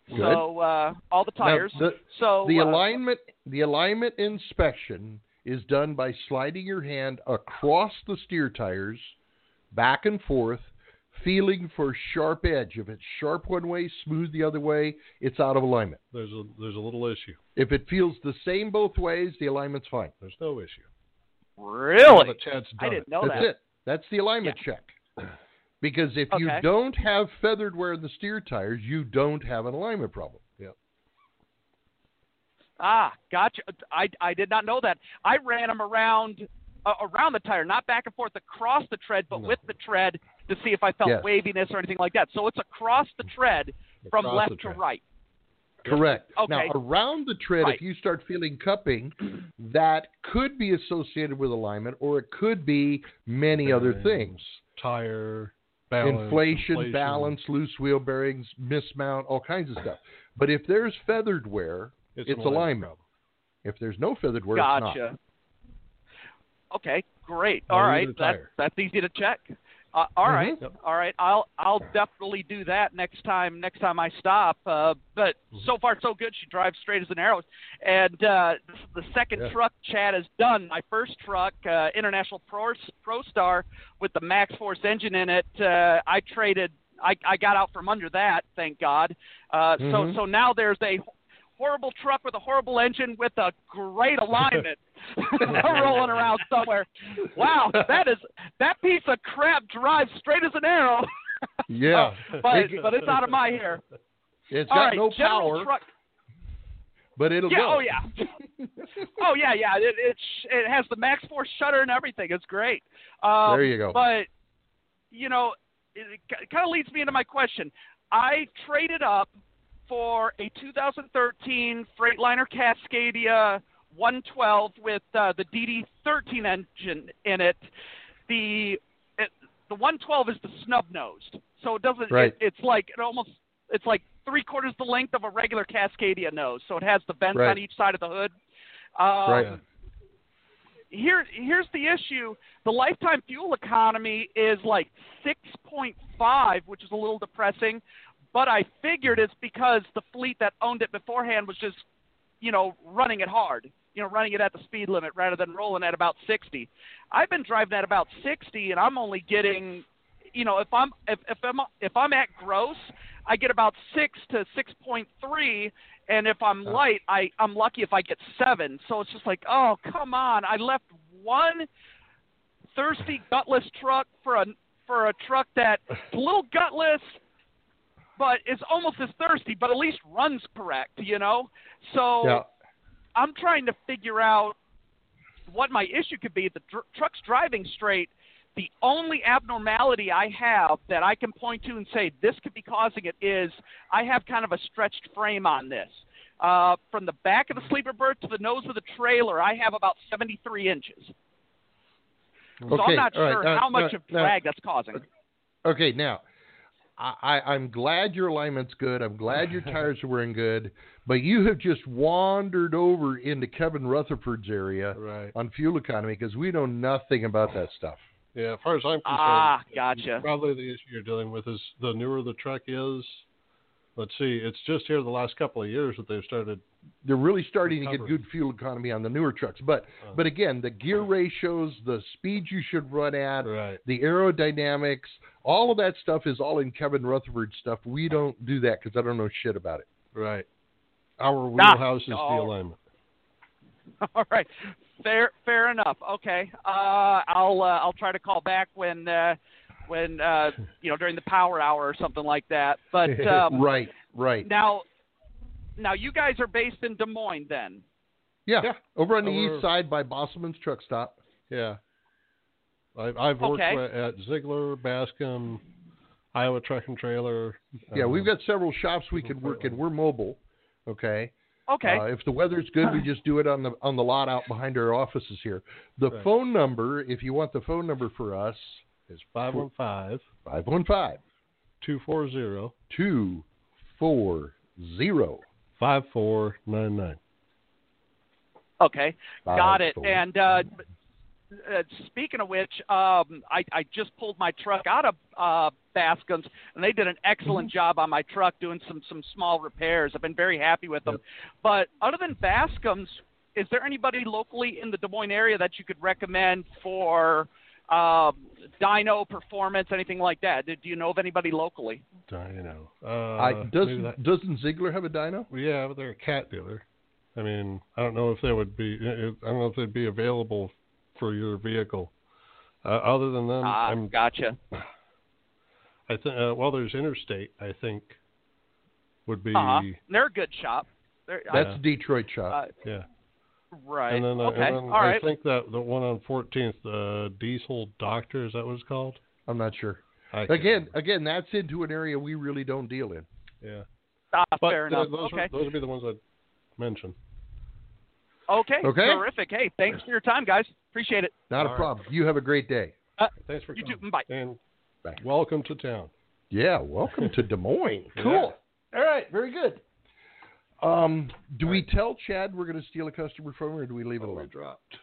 S2: Good.
S7: So uh, all the tires.
S2: Now, the-
S7: so
S2: the
S7: uh,
S2: alignment the alignment inspection is done by sliding your hand across the steer tires back and forth feeling for sharp edge if it's sharp one way smooth the other way it's out of alignment
S3: There's a there's a little issue.
S2: if it feels the same both ways the alignment's fine
S3: There's no issue. Now
S7: really,
S3: that Chad's done
S7: I didn't know
S2: that's
S7: that.
S2: it that's the alignment check because if you
S7: Okay.
S2: don't have feathered wear in the steer tires you don't have an alignment problem
S7: Ah, gotcha. I, I did not know that. I ran them around uh, around the tire, not back and forth across the tread, but with the tread to see if I felt
S2: Yes.
S7: waviness or anything like that. So it's across the tread from
S3: Across
S7: left
S3: the tread.
S7: to right.
S2: Correct.
S7: Okay.
S2: Now, around the tread, if
S7: Right.
S2: you start feeling cupping, that could be associated with alignment or it could be many other things
S3: Bearings, Tire, balance,
S2: inflation,
S3: inflation.
S2: balance, loose wheel bearings, mismount, all kinds of stuff. But if there's feathered wear,
S3: It's,
S2: it's
S3: an alignment.
S2: alignment. If there's no feathered wear, it's [LAUGHS] not.
S7: Gotcha. Okay, great. All
S3: Or
S7: right,
S3: either
S7: that,
S3: tire.
S7: that's easy to check. Uh, all right,
S3: Mm-hmm. Yep.
S7: all right. I'll I'll definitely do that next time. Next time I stop. Uh, but
S3: Mm-hmm.
S7: so far so good. She drives straight as an arrow. And uh, this is the second
S3: Yeah.
S7: truck Chad has done. My first truck, uh, International Pro Pro Star, with the Max Force engine in it. Uh, I traded. I I got out from under that. Thank God. Uh, So
S3: Mm-hmm.
S2: Mhm.
S7: so now there's a horrible truck with a horrible engine with a great
S2: [LAUGHS]
S7: alignment [LAUGHS] rolling around somewhere. Wow, that is that piece of crap drives straight as an arrow. [LAUGHS]
S2: Yeah.
S7: Oh, but but it's out of my hair.
S2: It's
S7: All
S2: got
S7: right,
S2: no
S7: General
S2: power,
S7: Truck.
S2: but it'll
S7: Yeah,
S2: go.
S7: oh
S2: [LAUGHS]
S7: yeah, oh yeah, yeah. It it, sh- it has the Max Force shutter and everything. It's great. Um,
S2: There you go.
S7: But you know, it, it kind of leads me into my question. I traded up for a 2013 Freightliner Cascadia 112 with uh, the DD13 engine in it. The it, the 112 is the snub nosed, so it doesn't.
S2: Right.
S7: It, it's like it almost it's like three quarters the length of a regular Cascadia nose, so it has the vents
S2: Right.
S7: on each side of the hood. Um,
S2: Right.
S7: Here, here's the issue: the lifetime fuel economy is like 6.5, which is a little depressing. But I figured it's because the fleet that owned it beforehand was just, you know, running it hard, you know, running it at the speed limit rather than rolling at about 60. I've been driving at about 60, and I'm only getting, you know, if I'm if, if I'm if I'm at gross, I get about six to 6.3, and if I'm light, I I'm lucky if I get seven. So it's just like, oh come on, I left one thirsty gutless truck for a for a truck that's a little gutless, but is almost as thirsty, but at least runs correct, you know. So
S2: Yeah.
S7: I'm trying to figure out what my issue could be. The dr- truck's driving straight. The only abnormality I have that I can point to and say this could be causing it is I have kind of a stretched frame on this. Uh, from the back of the sleeper berth to the nose of the trailer, I have about 73 inches. So
S2: Okay.
S7: I'm not
S2: all right,
S7: sure
S2: now-
S7: how much
S2: now-
S7: of
S2: now-
S7: drag that's causing.
S2: Okay, now I, I, I'm glad your alignment's good. I'm
S3: [LAUGHS]
S2: glad your tires are wearing good, but you have just wandered over into Kevin Rutherford's area
S3: Right.
S2: on fuel economy because we know nothing about that stuff.
S3: Yeah, as far as I'm concerned,
S7: Ah, gotcha.
S3: probably the issue you're dealing with is the newer the truck is. Let's see, it's just here the last couple of years that they've started.
S2: They're really starting to get
S3: Recovery. Uh-huh.
S2: good fuel economy on the newer trucks, but but again, the gear ratios, the speeds you should run at,
S3: Right.
S2: the aerodynamics, all of that stuff is all in Kevin Rutherford's stuff. We don't do that because I don't know shit about it.
S3: Right. Our
S7: Ah,
S3: wheelhouse is the
S7: oh.
S3: alignment.
S7: [LAUGHS] All right, fair, fair enough. Okay, uh, I'll uh, I'll try to call back when uh, when uh, you know during the power hour or something like that. But um,
S2: [LAUGHS] right, right.
S7: now, now you guys are based in Des Moines, then.
S2: Yeah.
S3: Yeah.
S2: Over on the
S3: Over-
S2: east side by Bosselman's truck stop.
S3: Yeah. I've, I've worked
S7: Okay.
S3: with, at Ziegler, Bascom, Iowa Truck and Trailer.
S2: Yeah,
S3: um,
S2: we've got several shops we could work in. We're mobile. Okay.
S7: Mm-hmm. Okay.
S2: Uh, if the weather's good,
S7: [CLEARS THROAT]
S2: we just do it on the on the lot out behind our offices here. The
S3: Right.
S2: phone number, if you want the phone number for us,
S3: It's 515
S2: 515
S3: 240
S2: 240
S3: 5499.
S7: Okay, got it. And uh, uh, speaking of which, um, I, I just pulled my truck out of uh, Bascom's, and they did an excellent
S3: Mm-hmm.
S7: job on my truck doing some some small repairs. I've been very happy with them. But other than Bascom's, is there anybody locally in the Des Moines area that you could recommend for um, dyno performance, anything like that? Do, do you know of anybody locally?
S3: Dino. Uh,
S2: I,
S3: maybe that-
S2: doesn't doesn't Ziegler have a dyno?
S3: Yeah, but they're a cat dealer. I mean, I don't know if they would be. I don't know if they'd be available for your vehicle. Uh, other than them,
S7: Ah,
S3: I'm,
S7: gotcha.
S3: I think. Uh, well, there's Interstate. I think would be. uh,
S7: Uh-huh. They're a good shop. They're, I-
S2: That's Detroit shop.
S7: Uh,
S3: Yeah.
S7: right.
S3: And then, uh,
S7: okay.
S3: and then
S7: All
S3: I
S7: right.
S3: think that the one on 14th, the Diesel Doctor, is that what it's called?
S2: I'm not sure.
S3: I can't
S2: Again,
S3: remember.
S2: again, that's into an area we really don't deal in.
S3: Yeah.
S7: Ah,
S3: But
S7: fair
S3: uh,
S7: enough.
S3: those,
S7: okay.
S3: would, those would be the ones I'd mention.
S7: Okay.
S2: Okay?
S7: Terrific. Hey, thanks for your time, guys. Appreciate it. Uh,
S2: Not
S3: All
S2: a
S3: right.
S2: problem. You have a great day.
S3: Thanks for
S7: You
S3: coming.
S7: too. Bye.
S3: And
S2: Bye.
S3: welcome to town.
S2: Yeah,
S3: [LAUGHS]
S2: welcome to Des Moines. Cool. All right, very good. Um, do we tell Chad we're going to steal a customer from him, or do we leave it
S3: We
S2: alone?
S3: Oh, dropped.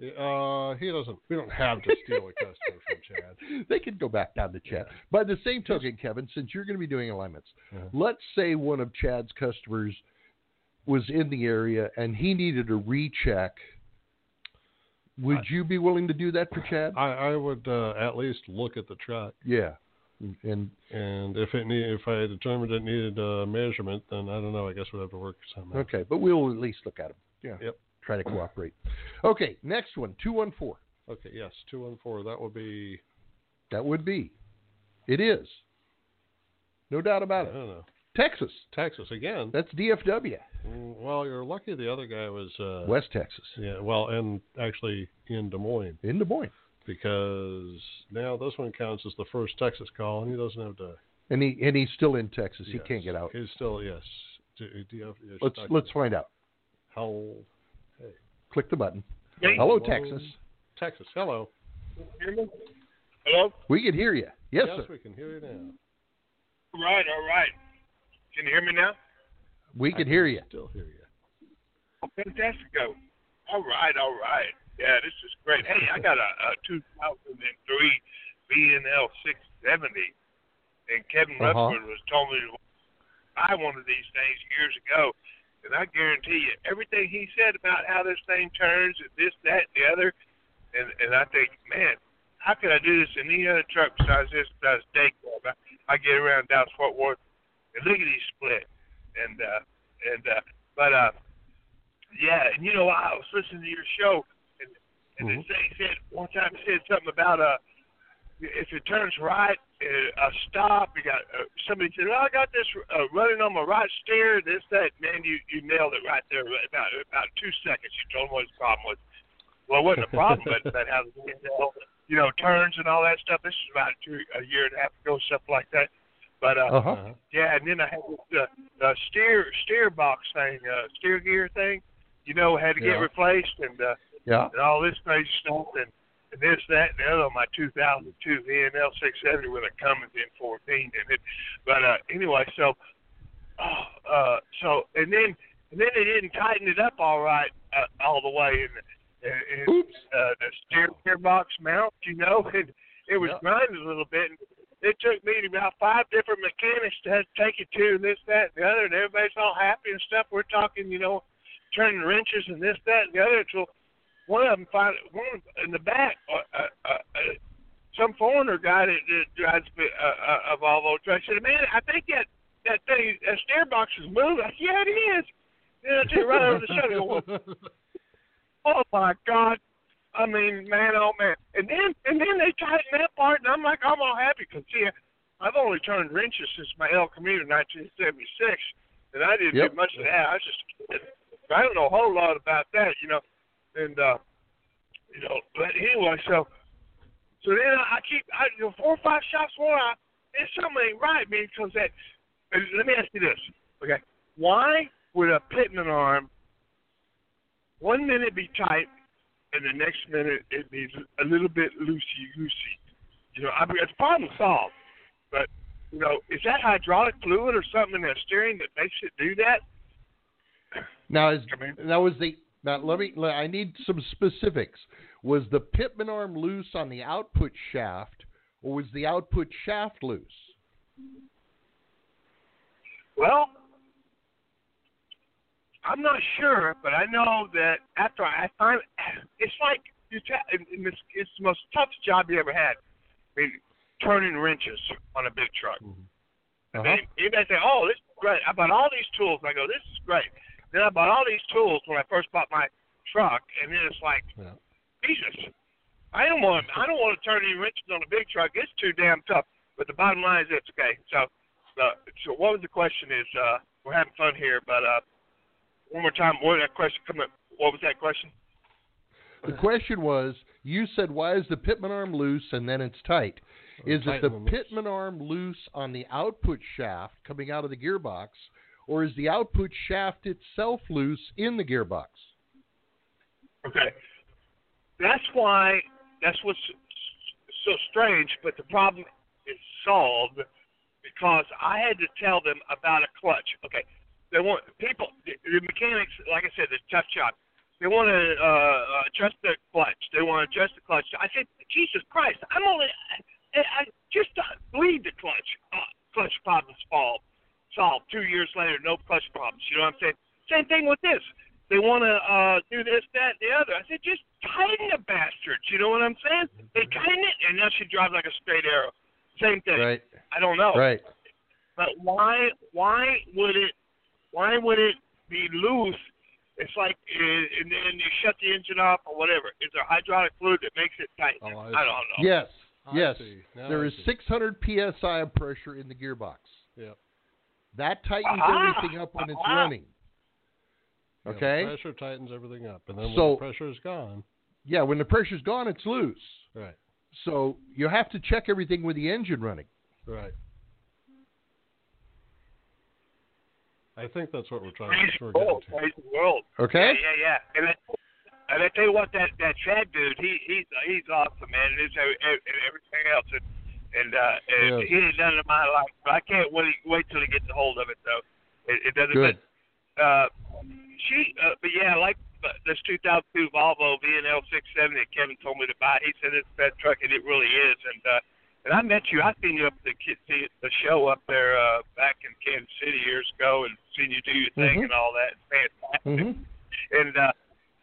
S3: Uh, he doesn't. We don't have to steal a customer from Chad.
S2: [LAUGHS] They could go back down to Chad. By the same token, Kevin, since you're going to be doing alignments,
S3: Uh-huh.
S2: let's say one of Chad's customers was in the area and he needed a recheck. Would you be willing to do that for Chad?
S3: I, I would uh, at least look at the truck.
S2: yeah. and
S3: And if it need, if I determined it needed uh, measurement, then I don't know. I guess we'll have to work somehow.
S2: okay, but we'll at least look at them.
S3: Yeah. Yep.
S2: Try to cooperate. Okay, next one, two one four.
S3: Okay. Yes. Two one four. That would be.
S2: That would be. It is. No doubt
S3: I
S2: about
S3: don't
S2: it.
S3: know.
S2: Texas.
S3: Texas again.
S2: That's DFW.
S3: Mm, Well, you're lucky. The other guy was. Uh,
S2: West Texas.
S3: Yeah. Well, and actually in Des Moines
S2: In Des Moines.
S3: because now this one counts as the first Texas call, and he doesn't have to.
S2: And he and he's still in Texas. He
S3: yes.
S2: can't get out.
S3: He's still yes. Do, do you have, yes,
S2: Let's
S3: Texas.
S2: let's find out.
S3: How
S2: Click the button.
S9: Hey.
S3: Hello.
S2: Hello, Texas.
S3: Texas. Hello.
S9: Hello?
S2: We can hear you. Yes, sir.
S3: we can hear you now.
S9: Right, all right. Can you hear me now?
S2: We
S3: I
S2: can hear you.
S3: Still hear you.
S9: Fantastico. All right, all right. Yeah, this is great. Hey, I got a, a 2003 BNL 670, and Kevin
S2: Uh-huh.
S9: Rutherford was told me to buy one of these things years ago, and I guarantee you, everything he said about how this thing turns and this, that, and the other, and and I think, man, how could I do this in any other truck besides this besides day cab? I, I get around Dallas Fort Worth, and look at these split, and uh, and uh, but uh. Yeah, and you know, I was listening to your show, and and this thing said one time it said something about uh, if it turns right, uh, a stop. You got uh, somebody said, well, I got this uh, running on my right steer. This that man, you you nailed it right there. right About about two seconds, you told him what his problem was. Well, it wasn't a problem, but but how the wheel, you know turns and all that stuff. This is about two, a year and a half ago, stuff like that. But uh,
S2: Uh huh.
S3: Uh-huh.
S9: yeah, and then I had the uh, steer steer box thing, uh, steer gear thing. You know, had to get
S2: Yeah.
S9: replaced and uh,
S2: Yeah.
S9: and all this crazy stuff and, and this that and the other on my 2002 VNL 670 with a Cummins M14 in it. But uh, anyway, so oh, uh, so and then and then they didn't tighten it up all right uh, all the way in the,
S3: Mm-hmm.
S9: in, in,
S2: Oops.
S9: uh, the steer gearbox mount, you know, [LAUGHS] and it was
S2: Yeah.
S9: grinding a little bit. And it took me to about five different mechanics to have to take it to and this, that, and the other, and everybody's all happy and stuff. We're talking, you know, turning wrenches and this, that, and the other until one of them find one in the back. Uh, uh, uh, some foreigner guy that, that drives uh, uh, a Volvo truck said, "Man, I think that that thing that steer box is moving." I said, "Yeah, it is." And I turned right over the shoulder. Well, oh my god i mean man oh man and then and then they tighten that part and i'm like i'm all happy because see i've only turned wrenches since my el camino in nineteen seventy six and i didn't
S2: Yep.
S9: do much of that i was just a kid. i don't know a whole lot about that you know and uh you know but anyway so so then i keep i you know, four or five shots more i and something ain't right man because that and let me ask you this okay why would a pitman arm one minute be tight, and the next minute it be a little bit loosey goosey. You know, I mean, it's problem solved, but you know, is that hydraulic fluid or something in that steering that makes it do that?
S2: Now is
S9: Come in.
S2: that was the now let me let- I need some specifics. Was the Pitman arm loose on the output shaft, or was the output shaft loose?
S9: Well, I'm not sure, but I know that after I find it's like you ta- and- and it's, it's the most toughest job you ever had. I mean, turning wrenches on a big truck.
S2: Uh-huh.
S9: And anybody say, "Oh, this is great! I bought all these tools." And I go, "This is great." Then I bought all these tools when I first bought my truck, and then it's like,
S3: Yeah.
S9: Jesus, I don't want I don't want to turn any wrenches on a big truck. It's too damn tough. But the bottom line is, it's okay. So, uh, so what was the question? Is uh, we're having fun here, but uh, one more time, what did that question come up? What was that question?
S2: The question was, you said why is the Pitman arm loose and then it's tight? Is it the
S3: Tighten them loose.
S2: Pitman arm loose on the output shaft coming out of the gearbox, or is the output shaft itself loose in the gearbox?
S9: Okay. That's why that's what's so strange, but the problem is solved because I had to tell them about a clutch. Okay. They want people the the mechanics, like I said, it's a tough job. They want to uh, adjust the clutch. They want to adjust the clutch. I said, Jesus Christ, I'm only I, I just lead the clutch. Uh, clutch problems solved. Solved. Two years later, no clutch problems. You know what I'm saying? Same thing with this. They want to uh, do this, that, and the other. I said, just tighten the bastards. You know what I'm saying? They tighten it, and now she drives like a straight arrow. Same thing.
S2: Right.
S9: I don't know.
S2: Right.
S9: But why why would it why would it be
S3: Uh-huh.
S9: loose? It's like uh, and then you shut the engine off or whatever. Is there hydraulic fluid that makes it tight?
S3: Oh, I
S9: I,
S3: see.
S9: don't know.
S2: Yes.
S3: I
S2: Yes.
S3: see. Now
S2: There
S3: I
S2: is
S3: see.
S2: 600 psi of pressure in the gearbox.
S3: Yep.
S2: That tightens
S9: Ah!
S2: everything up when it's
S9: Ah!
S2: running.
S3: Yeah, the
S2: Okay.
S3: pressure tightens everything up, and then when
S2: So-
S3: the pressure is gone,
S2: Yeah, when the pressure's gone, it's loose.
S3: right,
S2: So you have to check everything with the engine running.
S3: right. I think that's what we're trying. that's what We're
S9: Oh,
S3: getting to.
S9: praise the world.
S2: Okay?
S9: Yeah, yeah, yeah. And I, and I tell you what, that that Chad dude, he he's he's awesome, man. And, it's, and, and everything else, and and, uh, and
S3: Yes.
S9: he ain't done it in my life. But I can't wait wait till he gets a hold of it though. It, it doesn't.
S2: Good.
S9: But, uh, she, uh, but yeah, I like uh, this 2002 Volvo VNL 670 that Kevin told me to buy. He said it's that truck, and it really is. And uh, and I met you. I seen you up at the ki- see the show up there uh, back in Kansas City years ago, and seen you do your thing
S2: Mhm.
S9: and all that. It's fantastic
S2: Mm-hmm.
S9: and uh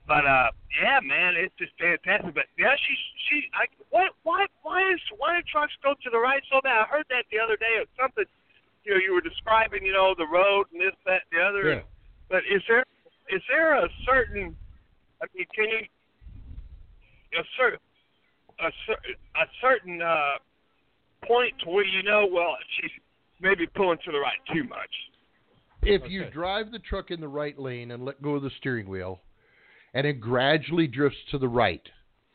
S9: but uh yeah man it's just fantastic but yeah she she i what why why is why do trucks go to the right so bad i heard that the other day or something you know you were describing you know the road and this that and the other
S3: Yeah.
S9: but is there is there a certain i mean can you a certain a, cer- a certain uh point to where you know well she's maybe pulling to the right too much
S2: If you
S3: Okay.
S2: drive the truck in the right lane and let go of the steering wheel, and it gradually drifts to the right,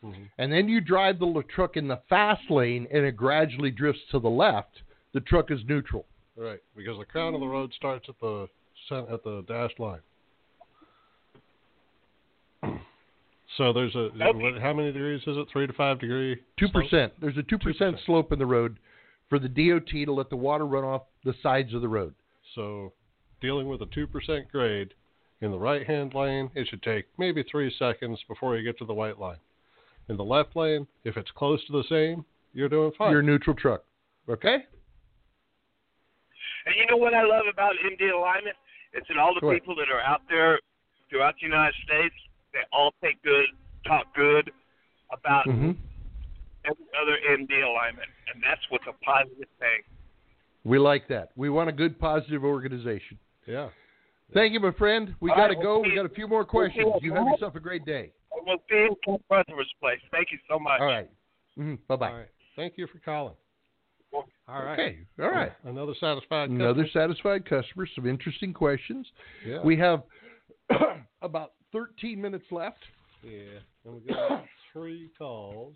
S3: Mhm.
S2: and then you drive the l- truck in the fast lane and it gradually drifts to the left, the truck is neutral.
S3: Right, because the crown of the road starts at the cen- at the dashed line. So there's a what, how many degrees is it? Three to five degree.
S2: Two
S3: slope?
S2: percent. There's a two percent
S3: 2%.
S2: slope in the road for the DOT to let the water run off the sides of the road.
S3: So dealing with a 2% grade in the right hand lane, it should take maybe three seconds before you get to the white line. In the left lane, if it's close to the same, you're doing fine.
S2: Your neutral truck. Okay.
S9: And you know what I love about MD Alignment? It's that all the
S2: Go ahead.
S9: people that are out there throughout the United States, they all take good, talk good about
S2: Mhm.
S9: every other MD alignment, and that's what's a positive thing.
S2: We like that. We want a good, positive organization.
S3: yeah.
S2: Thank you, my friend. We
S9: All
S2: got to
S9: right,
S2: go.
S9: okay.
S2: We got a few more questions.
S9: Okay,
S2: You have
S9: bye.
S2: yourself a great day.
S9: We'll see you in Brother's place. Thank you so much.
S2: All right. Bye bye.
S3: All right. Thank you for calling.
S9: Well,
S3: All right.
S2: Okay. All right.
S3: Another satisfied customer.
S2: Another satisfied customer. Some interesting questions.
S3: Yeah.
S2: We have
S3: [COUGHS]
S2: about 13 minutes left.
S3: yeah. And we got [COUGHS] three calls.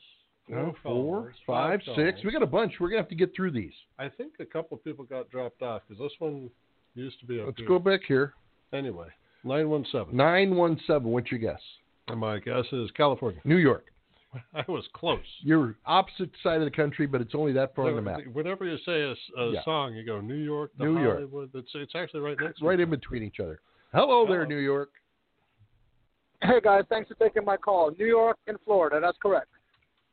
S2: Uh, Four,
S3: calls,
S2: five, six.
S3: calls.
S2: We got a bunch. We're gonna have to get through these.
S3: I think a couple of people got dropped off because this one used to be up
S2: Let's
S3: here.
S2: go back here.
S3: Anyway, [LAUGHS] 917.
S2: Nine one seven. What's your guess?
S3: And my guess is California.
S2: New York.
S3: I was close.
S2: You're opposite side of the country, but it's only that far on the map.
S3: Whenever you say a, s- a
S2: Yeah.
S3: song, you go New York, the
S2: New York.
S3: Hollywood. It's, it's actually right next. to
S2: Right
S3: each
S2: in
S3: other.
S2: between each other. Hello there,
S3: Hello.
S2: New York.
S8: Hey guys, thanks for taking my call. New York and Florida, that's correct.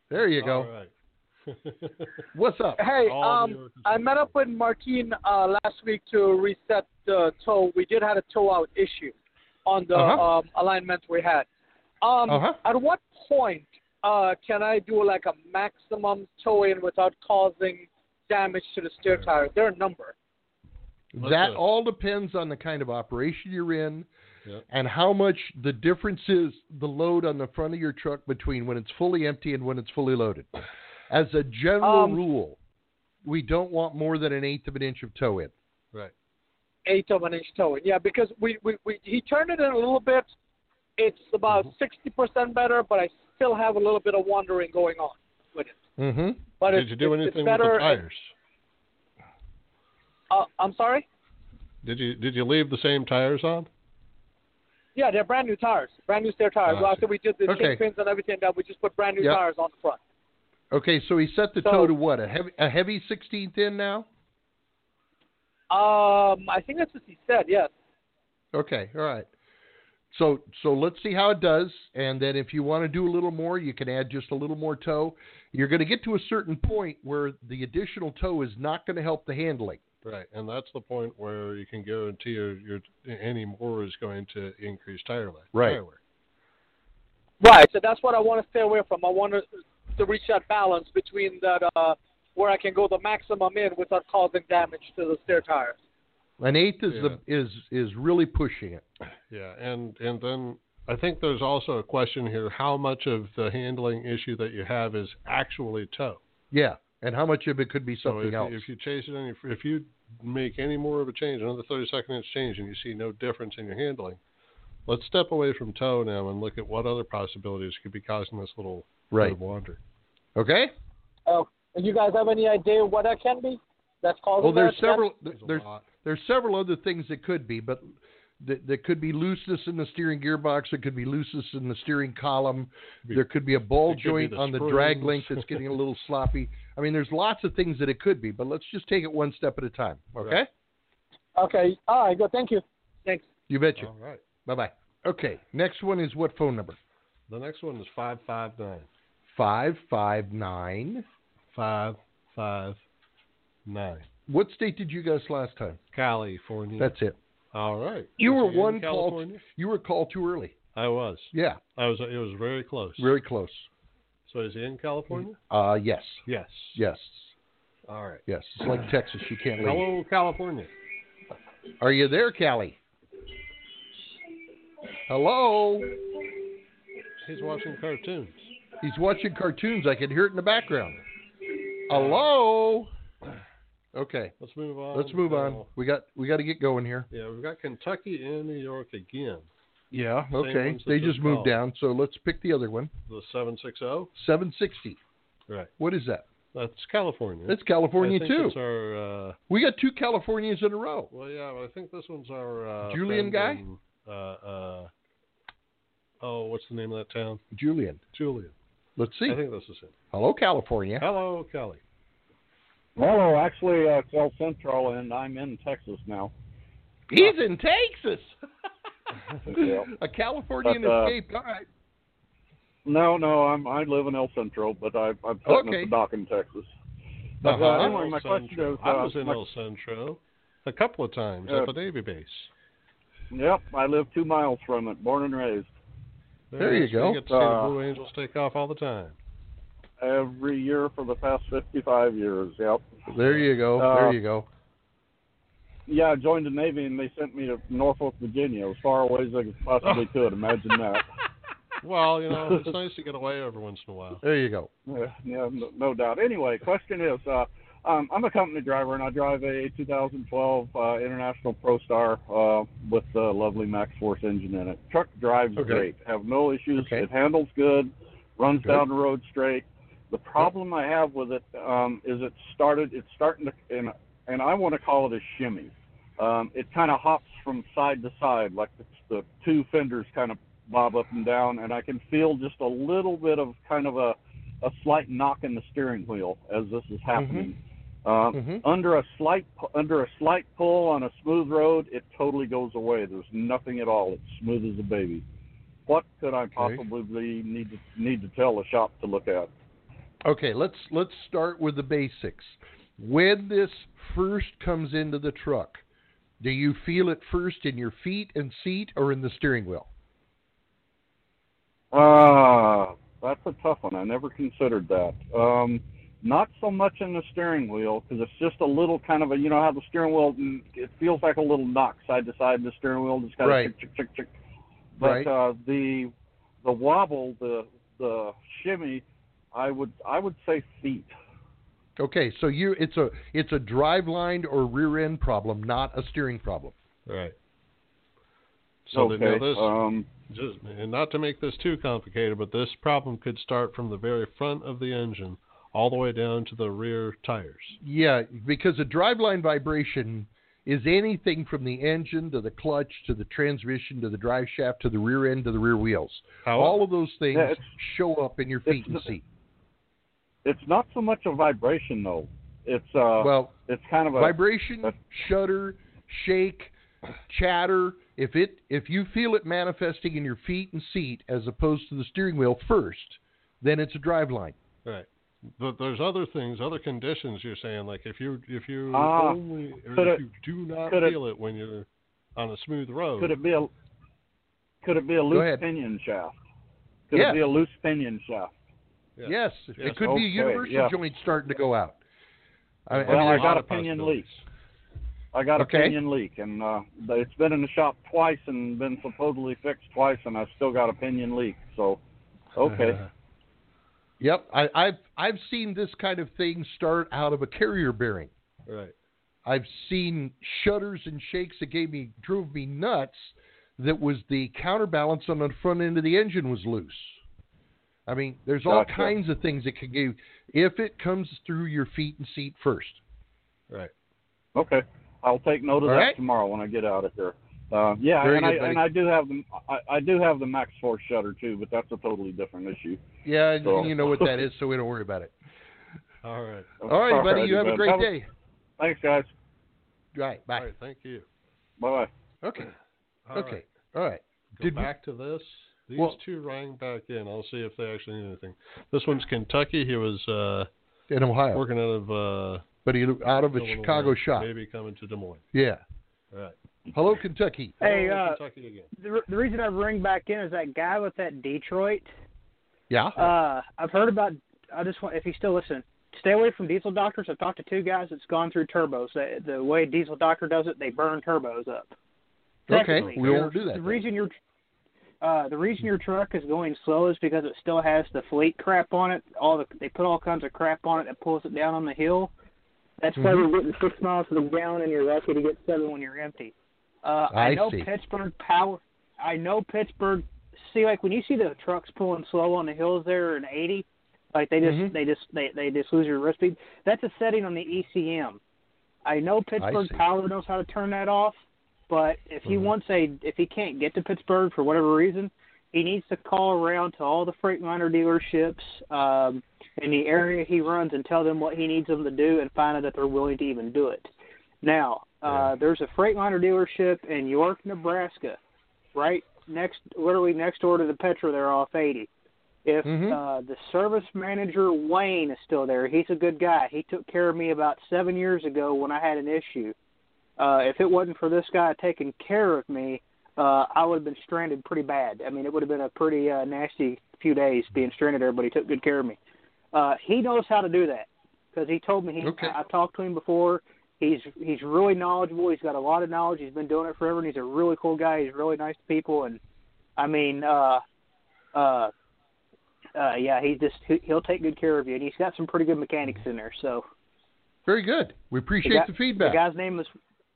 S2: There you
S3: All
S2: go. [LAUGHS]
S3: right.
S2: What's up?
S8: Hey,
S3: All New
S8: um,
S3: York is
S8: I met up with Martine uh, last week to reset the toe. We did have a toe out issue on the
S2: Uh-huh.
S8: um, alignment we had. Um,
S2: Uh-huh.
S8: At what point uh, can I do like a maximum toe in without causing damage to the steer tire? Is there a number?
S3: Let's
S2: that
S3: go.
S2: all depends on the kind of operation you're in
S3: Yep.
S2: and how much the difference is the load on the front of your truck between when it's fully empty and when it's fully loaded. As a general
S8: Um,
S2: rule, we don't want more than an eighth of an inch of tow in.
S3: right.
S8: eighth of an inch toe in. Yeah, because we, we, we he turned it in a little bit. It's about
S3: Mm-hmm.
S8: sixty percent better, but I still have a little bit of wandering going on with it.
S2: Mm-hmm.
S8: But
S3: Did
S8: it's,
S3: you do
S8: it's,
S3: anything
S8: it's better.
S3: with the tires?
S8: Uh, I'm sorry.
S3: Did you did you leave the same tires on?
S8: Yeah, they're brand new tires, brand new stair tires.
S3: Ah, I
S8: Well,
S3: see.
S8: after we did the
S2: Okay.
S8: okay. pins and everything, that we just put brand new
S2: Yep.
S8: tires on the front.
S2: Okay, so he set the
S8: So-
S2: toe to what? A heavy, a heavy 16th in now?
S8: Um, I think that's what he said. Yes.
S2: Okay, all right. So so let's see how it does, and then if you want to do a little more, you can add just a little more toe. You're going to get to a certain point where the additional toe is not going to help the handling.
S3: Right, and that's the point where you can guarantee your, your any more is going to increase tire life.
S2: Right.
S3: Tire wear.
S8: Right. So that's what I want to stay away from. I want to to reach that balance between that uh, where I can go the maximum in without causing damage to the stair tires.
S2: An eighth is
S3: Yeah.
S2: the is is really pushing it.
S3: Yeah, and and then I think there's also a question here: how much of the handling issue that you have is actually tow?
S2: Yeah, and how much of it could be
S3: So
S2: something
S3: if,
S2: else?
S3: if you chase it, and if, if you make any more of a change, another 30 second inch change, and you see no difference in your handling, let's step away from tow now and look at what other possibilities could be causing this little bit
S2: Right.
S3: of wander.
S2: okay.
S8: Oh, and you guys have any idea what that can be? That's causing
S2: Well, there's
S8: that?
S2: several
S3: There's a
S2: there's
S3: lot.
S2: there's several other things that could be, but th- there could be looseness in the steering gearbox. It could be looseness in the steering column.
S3: Be-
S2: there could be a ball
S3: it could be
S2: joint
S3: the
S2: on the drag
S3: springs.
S2: link that's getting a little sloppy. I mean, there's lots of things that it could be, but let's just take it one step at a time. Okay.
S3: Right.
S8: Okay, all right, good. Thank you. Thanks.
S2: You betcha.
S3: All right.
S2: Bye bye. Okay. Next one is what phone number?
S3: The next one is 559.
S2: Five five nine.
S3: 559.
S2: What state did you guys last time?
S3: California.
S2: That's it.
S3: All right.
S2: You
S3: Is
S2: were
S3: it in
S2: one call.
S3: California?
S2: You were called too early.
S3: I was.
S2: Yeah,
S3: I was. It was very close.
S2: very close.
S3: So is he in California?
S2: Uh, yes,
S3: Yes.
S2: yes, Mm-hmm.
S3: All right.
S2: yes. It's like Texas. You can't leave.
S3: Hello, California.
S2: Are you there, Callie? Hello.
S3: He's watching cartoons.
S2: He's watching cartoons. I can hear it in the background.
S3: Uh,
S2: Hello. Okay,
S3: Let's move on. Uh,
S2: let's move on. We got we got to get going here.
S3: Yeah, we've got Kentucky and New York again.
S2: Yeah.
S3: Same
S2: Okay.
S3: ones that
S2: They
S3: just
S2: just moved
S3: called.
S2: down, so let's pick the other one.
S3: The seven six oh. zero.
S2: Seven sixty.
S3: Right.
S2: What is that?
S3: That's California.
S2: That's California
S3: I think
S2: too.
S3: It's our. Uh,
S2: We got two Californias in a row.
S3: well, yeah, but I think this one's our. Uh,
S2: Julian guy?
S3: friend in, Uh, uh, oh, what's the name of that town?
S2: Julian,
S3: Julian.
S2: let's see.
S3: I think this is it.
S2: Hello, California.
S3: Hello, Kelly.
S10: Hello, actually, uh, it's El Central, and I'm in Texas now.
S2: He's in Texas.
S10: [LAUGHS] Yeah.
S2: A Californian
S10: But, uh,
S2: escaped. All right.
S10: No, no, I'm I live in El Central, but I, I'm sitting
S2: Okay.
S10: at the dock in Texas. But
S3: Uh-huh.
S10: uh, anyway, my
S3: El
S10: question
S3: Centro.
S10: is, uh,
S3: I was in
S10: my-
S3: El Centro a couple of times
S10: Yeah.
S3: at the Navy base.
S10: Yep, I live two miles from it, born and raised.
S2: There you
S3: it is.
S2: go.
S3: We get to see
S10: Uh,
S3: the Blue Angels take off all the time.
S10: Every year for the past 55 years. Yep.
S2: There you go.
S10: Uh,
S2: there you go.
S10: Yeah, I joined the Navy, and they sent me to Norfolk, Virginia, as far away as I could
S3: [LAUGHS]
S10: possibly could. Imagine that.
S3: Well, you know,
S10: [LAUGHS]
S3: it's nice to get away every once in a while.
S2: There you go.
S10: Yeah, yeah, no, no doubt. Anyway, question is, uh, um, I'm a company driver and I drive a 2012 uh, International ProStar uh, with the lovely Max Force engine in it. Truck drives
S2: Okay.
S10: great, have no issues.
S2: Okay.
S10: It handles good, runs
S2: Good.
S10: down the road straight. The problem I have with it um, is it started. It's starting to, and, and I want to call it a shimmy. Um, it kind of hops from side to side, like the, the two fenders kind of bob up and down, and I can feel just a little bit of kind of a a slight knock in the steering wheel as this is happening. Um,
S2: Mhm.
S9: Mm-hmm.
S10: Under a slight under a slight pull on a smooth road, it totally goes away. There's nothing at all. It's smooth as a baby. What could I possibly need to need to tell the shop to look at?
S2: Okay, let's let's start with the basics. When this first comes into the truck, do you feel it first in your feet and seat or in the steering wheel?
S10: Ah, that's a tough one. I never considered that. Um, not so much in the steering wheel because it's just a little kind of a you know how the steering wheel mm, it feels like a little knock side to side. The steering wheel just kind
S2: Right.
S10: of chick chick chick chick. But
S2: Right.
S10: uh, the the wobble, the the shimmy, I would I would say feet.
S2: Okay, so you it's a it's a drive line or rear end problem, not a steering problem.
S3: Right. So
S10: okay.
S3: that, now this,
S10: um,
S3: just, and not to make this too complicated, but this problem could start from the very front of the engine all the way down to the rear tires.
S2: Yeah, because a driveline vibration is anything from the engine to the clutch to the transmission to the drive shaft to the rear end to the rear wheels.
S3: How
S2: All of those things
S10: Yeah, it's-
S2: show up in your
S10: it's
S2: feet and
S10: the-
S2: seat.
S10: it's not so much a vibration though. It's
S3: Oh.
S10: uh,
S2: Well,
S10: it's kind of a
S2: vibration,
S10: but-
S2: shudder, shake, chatter. If it if you feel it manifesting in your feet and seat as opposed to the steering wheel first, then it's a driveline.
S3: Right. But there's other things, other conditions you're saying, like if you if you
S10: Ah,
S3: only or
S10: could
S3: if
S10: it-
S3: you do not
S10: could it-
S3: feel it, when you're on a smooth road.
S10: Could it be a could it be a loose
S2: ahead.
S10: pinion shaft? Could
S2: Yeah.
S10: it be a loose pinion shaft?
S3: Yeah.
S2: Yes,
S3: Yes.
S2: it could be
S10: Okay,
S2: a universal
S10: yeah.
S2: joint starting to go out. I,
S10: well,
S2: mean,
S10: I
S2: there's
S10: got
S2: a lot of
S10: opinion
S2: possibilities.
S10: leaks. I got
S2: Okay.
S10: opinion leak, and uh, it's been in the shop twice and been supposedly fixed twice, and I still got opinion leak.
S2: [LAUGHS]
S10: So, okay.
S2: Yep, I, I've I've seen this kind of thing start out of a carrier bearing.
S3: Right.
S2: I've seen shudders and shakes that gave me drove me nuts. That was the counterbalance on the front end of the engine was loose. I mean, there's all
S10: Gotcha.
S2: kinds of things that can give if it comes through your feet and seat first.
S3: Right.
S10: Okay, I'll take note of
S2: All
S10: that
S2: right.
S10: tomorrow when I get out of here. Uh, yeah,
S2: Very
S10: and
S2: good,
S10: I
S2: buddy.
S10: and I do have the I, I do have the Max Force shutter too, but that's a totally different issue.
S2: Yeah, and
S10: So-
S2: you know what that is, so we don't worry about it.
S3: All right.
S10: Oh,
S2: All right, buddy, you
S10: Alrighty,
S2: have a
S10: bud.
S2: great day.
S10: Thanks, guys.
S2: Right, bye.
S3: All right. Thank you.
S10: Bye bye.
S2: Okay,
S3: All
S2: okay,
S3: right,
S2: all right.
S3: Go
S2: Did we-
S3: back to this. These
S2: Well-
S3: two rang back in. I'll see if they actually need anything. This one's Kentucky. He was uh,
S2: In Ohio,
S3: working out of uh,
S2: but he out of a
S3: Illinois,
S2: Chicago shop.
S3: Maybe coming to Des Moines.
S2: Yeah.
S3: All right.
S2: Hello, Kentucky.
S4: Hey,
S3: Hello,
S4: uh,
S3: Kentucky again.
S4: the, re- the reason I ring back in is that guy with that Detroit.
S2: Yeah.
S4: Uh, I've heard about. I just want if he's still listening, stay away from diesel doctors. I've talked to two guys that's gone through turbos. They, the way diesel doctor does it, they burn turbos up.
S2: okay,
S4: Secondly,
S2: we won't do that.
S4: The
S2: then.
S4: reason your uh, the reason your truck is going slow is because it still has the fleet crap on it. All the they put all kinds of crap on it that pulls it down on the hill. That's why
S2: Mhm.
S4: you're getting six miles to the gallon and you're lucky to get seven when you're empty. Uh,
S2: I
S4: know
S2: see.
S4: Pittsburgh power. I know Pittsburgh. See, like when you see the trucks pulling slow on the hills there in 80, like they just
S2: Mhm.
S4: they just they they just lose your wrist speed. That's a setting on the ECM. I know Pittsburgh
S2: see.
S4: Power knows how to turn that off, but if he
S2: Mhm.
S4: wants a if he can't get to Pittsburgh for whatever reason, he needs to call around to all the Freightliner dealerships um, in the area he runs and tell them what he needs them to do and find out that they're willing to even do it. Now, uh, there's a Freightliner dealership in York, Nebraska, right next, literally next door to the Petro there off 80. If
S2: Mhm.
S4: uh, the service manager Wayne is still there, he's a good guy. He took care of me about seven years ago when I had an issue. Uh, if it wasn't for this guy taking care of me, uh, I would have been stranded pretty bad. I mean, it would have been a pretty uh, nasty few days being stranded there, but he took good care of me. Uh, he knows how to do that because he told me he.
S2: Okay.
S4: I, I talked to him before. He's he's really knowledgeable. He's got a lot of knowledge. He's been doing it forever, and he's a really cool guy. He's really nice to people, and I mean, uh, uh, uh, yeah, he just he- he'll take good care of you, and he's got some pretty good mechanics in there. So
S2: Very good. We appreciate
S4: guy-
S2: the feedback.
S4: the guy's name is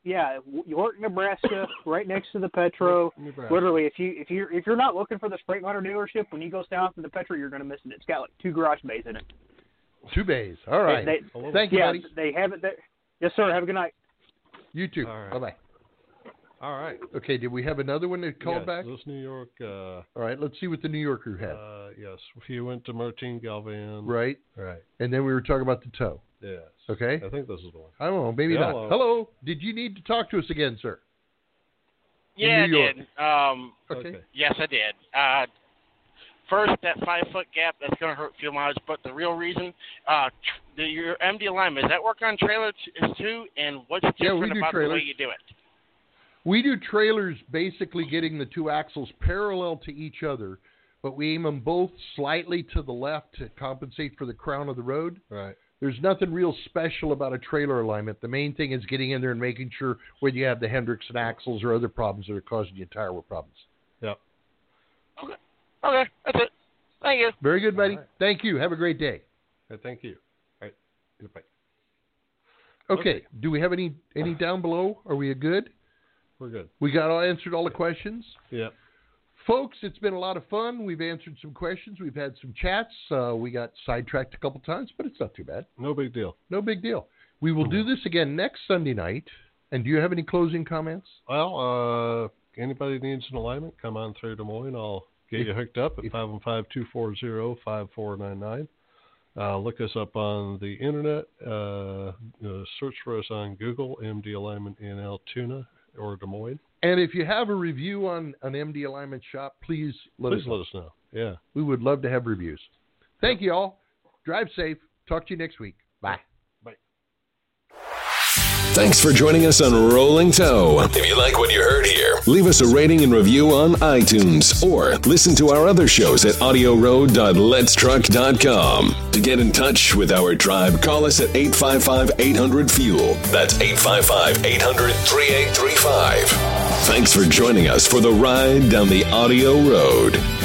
S4: yeah, York, Nebraska, right next to the Petro.
S3: Nebraska.
S4: Literally, if you if you if you're not looking for the Freightliner dealership, when you go south to the Petro, you're going to miss it. It's got like two garage bays in it.
S2: Two bays. All right.
S4: They,
S3: Hello.
S2: Thank
S4: they,
S2: you,
S4: yeah,
S2: buddy.
S4: they have it there. Yes, sir. Have a good night.
S2: You too.
S3: All right.
S2: Bye bye.
S3: All right.
S2: Okay, did we have another one that called
S3: Yes,
S2: back?
S3: This New York. Uh,
S2: All right, let's see what the New Yorker had.
S3: uh, yes. He went to Martine Galvan.
S2: right?
S3: Right.
S2: And then we were talking about the toe.
S3: Yes.
S2: Okay?
S3: I think this is the one.
S2: I don't know, maybe
S3: Hello.
S2: not. Hello. Did you need to talk to us again, sir?
S6: Yeah, I
S2: New York.
S6: did. Um,
S2: Okay.
S6: yes, I did. Uh, first, that five foot gap that's going to hurt fuel mileage, but the real reason, uh, tr- the, your MD alignment does that work on trailer t- is too, and what's
S2: Yeah, we
S6: different
S2: do
S6: about the way
S2: trailers.
S6: you do it?
S2: We do trailers basically getting the two axles parallel to each other, but we aim them both slightly to the left to compensate for the crown of the road.
S3: Right.
S2: There's nothing real special about a trailer alignment. The main thing is getting in there and making sure when you have the Hendricks and axles or other problems that are causing you tire wear problems.
S6: Okay, that's it. Thank you.
S2: Very good, buddy.
S3: All right.
S2: Thank you. Have a great day.
S3: Uh, Thank you. All right. Goodbye.
S2: Okay.
S3: Okay.
S2: Do we have any any down below? Are we good?
S3: We're good.
S2: We got all answered all the questions.
S3: Yeah.
S2: Folks, it's been a lot of fun. We've answered some questions. We've had some chats. Uh, we got sidetracked a couple times, but it's not too bad.
S3: No big deal.
S2: No big deal. We will do this again next Sunday night. And do you have any closing comments?
S3: Well, uh, anybody needs an alignment, come on through Des Moines. I'll get you hooked up at
S2: if-
S3: 515-240-5499. Uh, look us up on the internet. Uh, uh, search for us on Google, MD Alignment in Altoona or Des Moines.
S2: And if you have a review on an MD Alignment Shop, please let
S3: Please
S2: us know.
S3: let us know. Yeah.
S2: We would love to have reviews. Thank you all. Drive safe. Talk to you next week. Bye.
S1: Thanks for joining us on Rolling Toe. If you like what you heard here, leave us a rating and review on iTunes or listen to our other shows at audioroad.letstruck.com. To get in touch with our tribe, call us at 855 800 Fuel. That's 855 800 3835. Thanks for joining us for the ride down the audio road.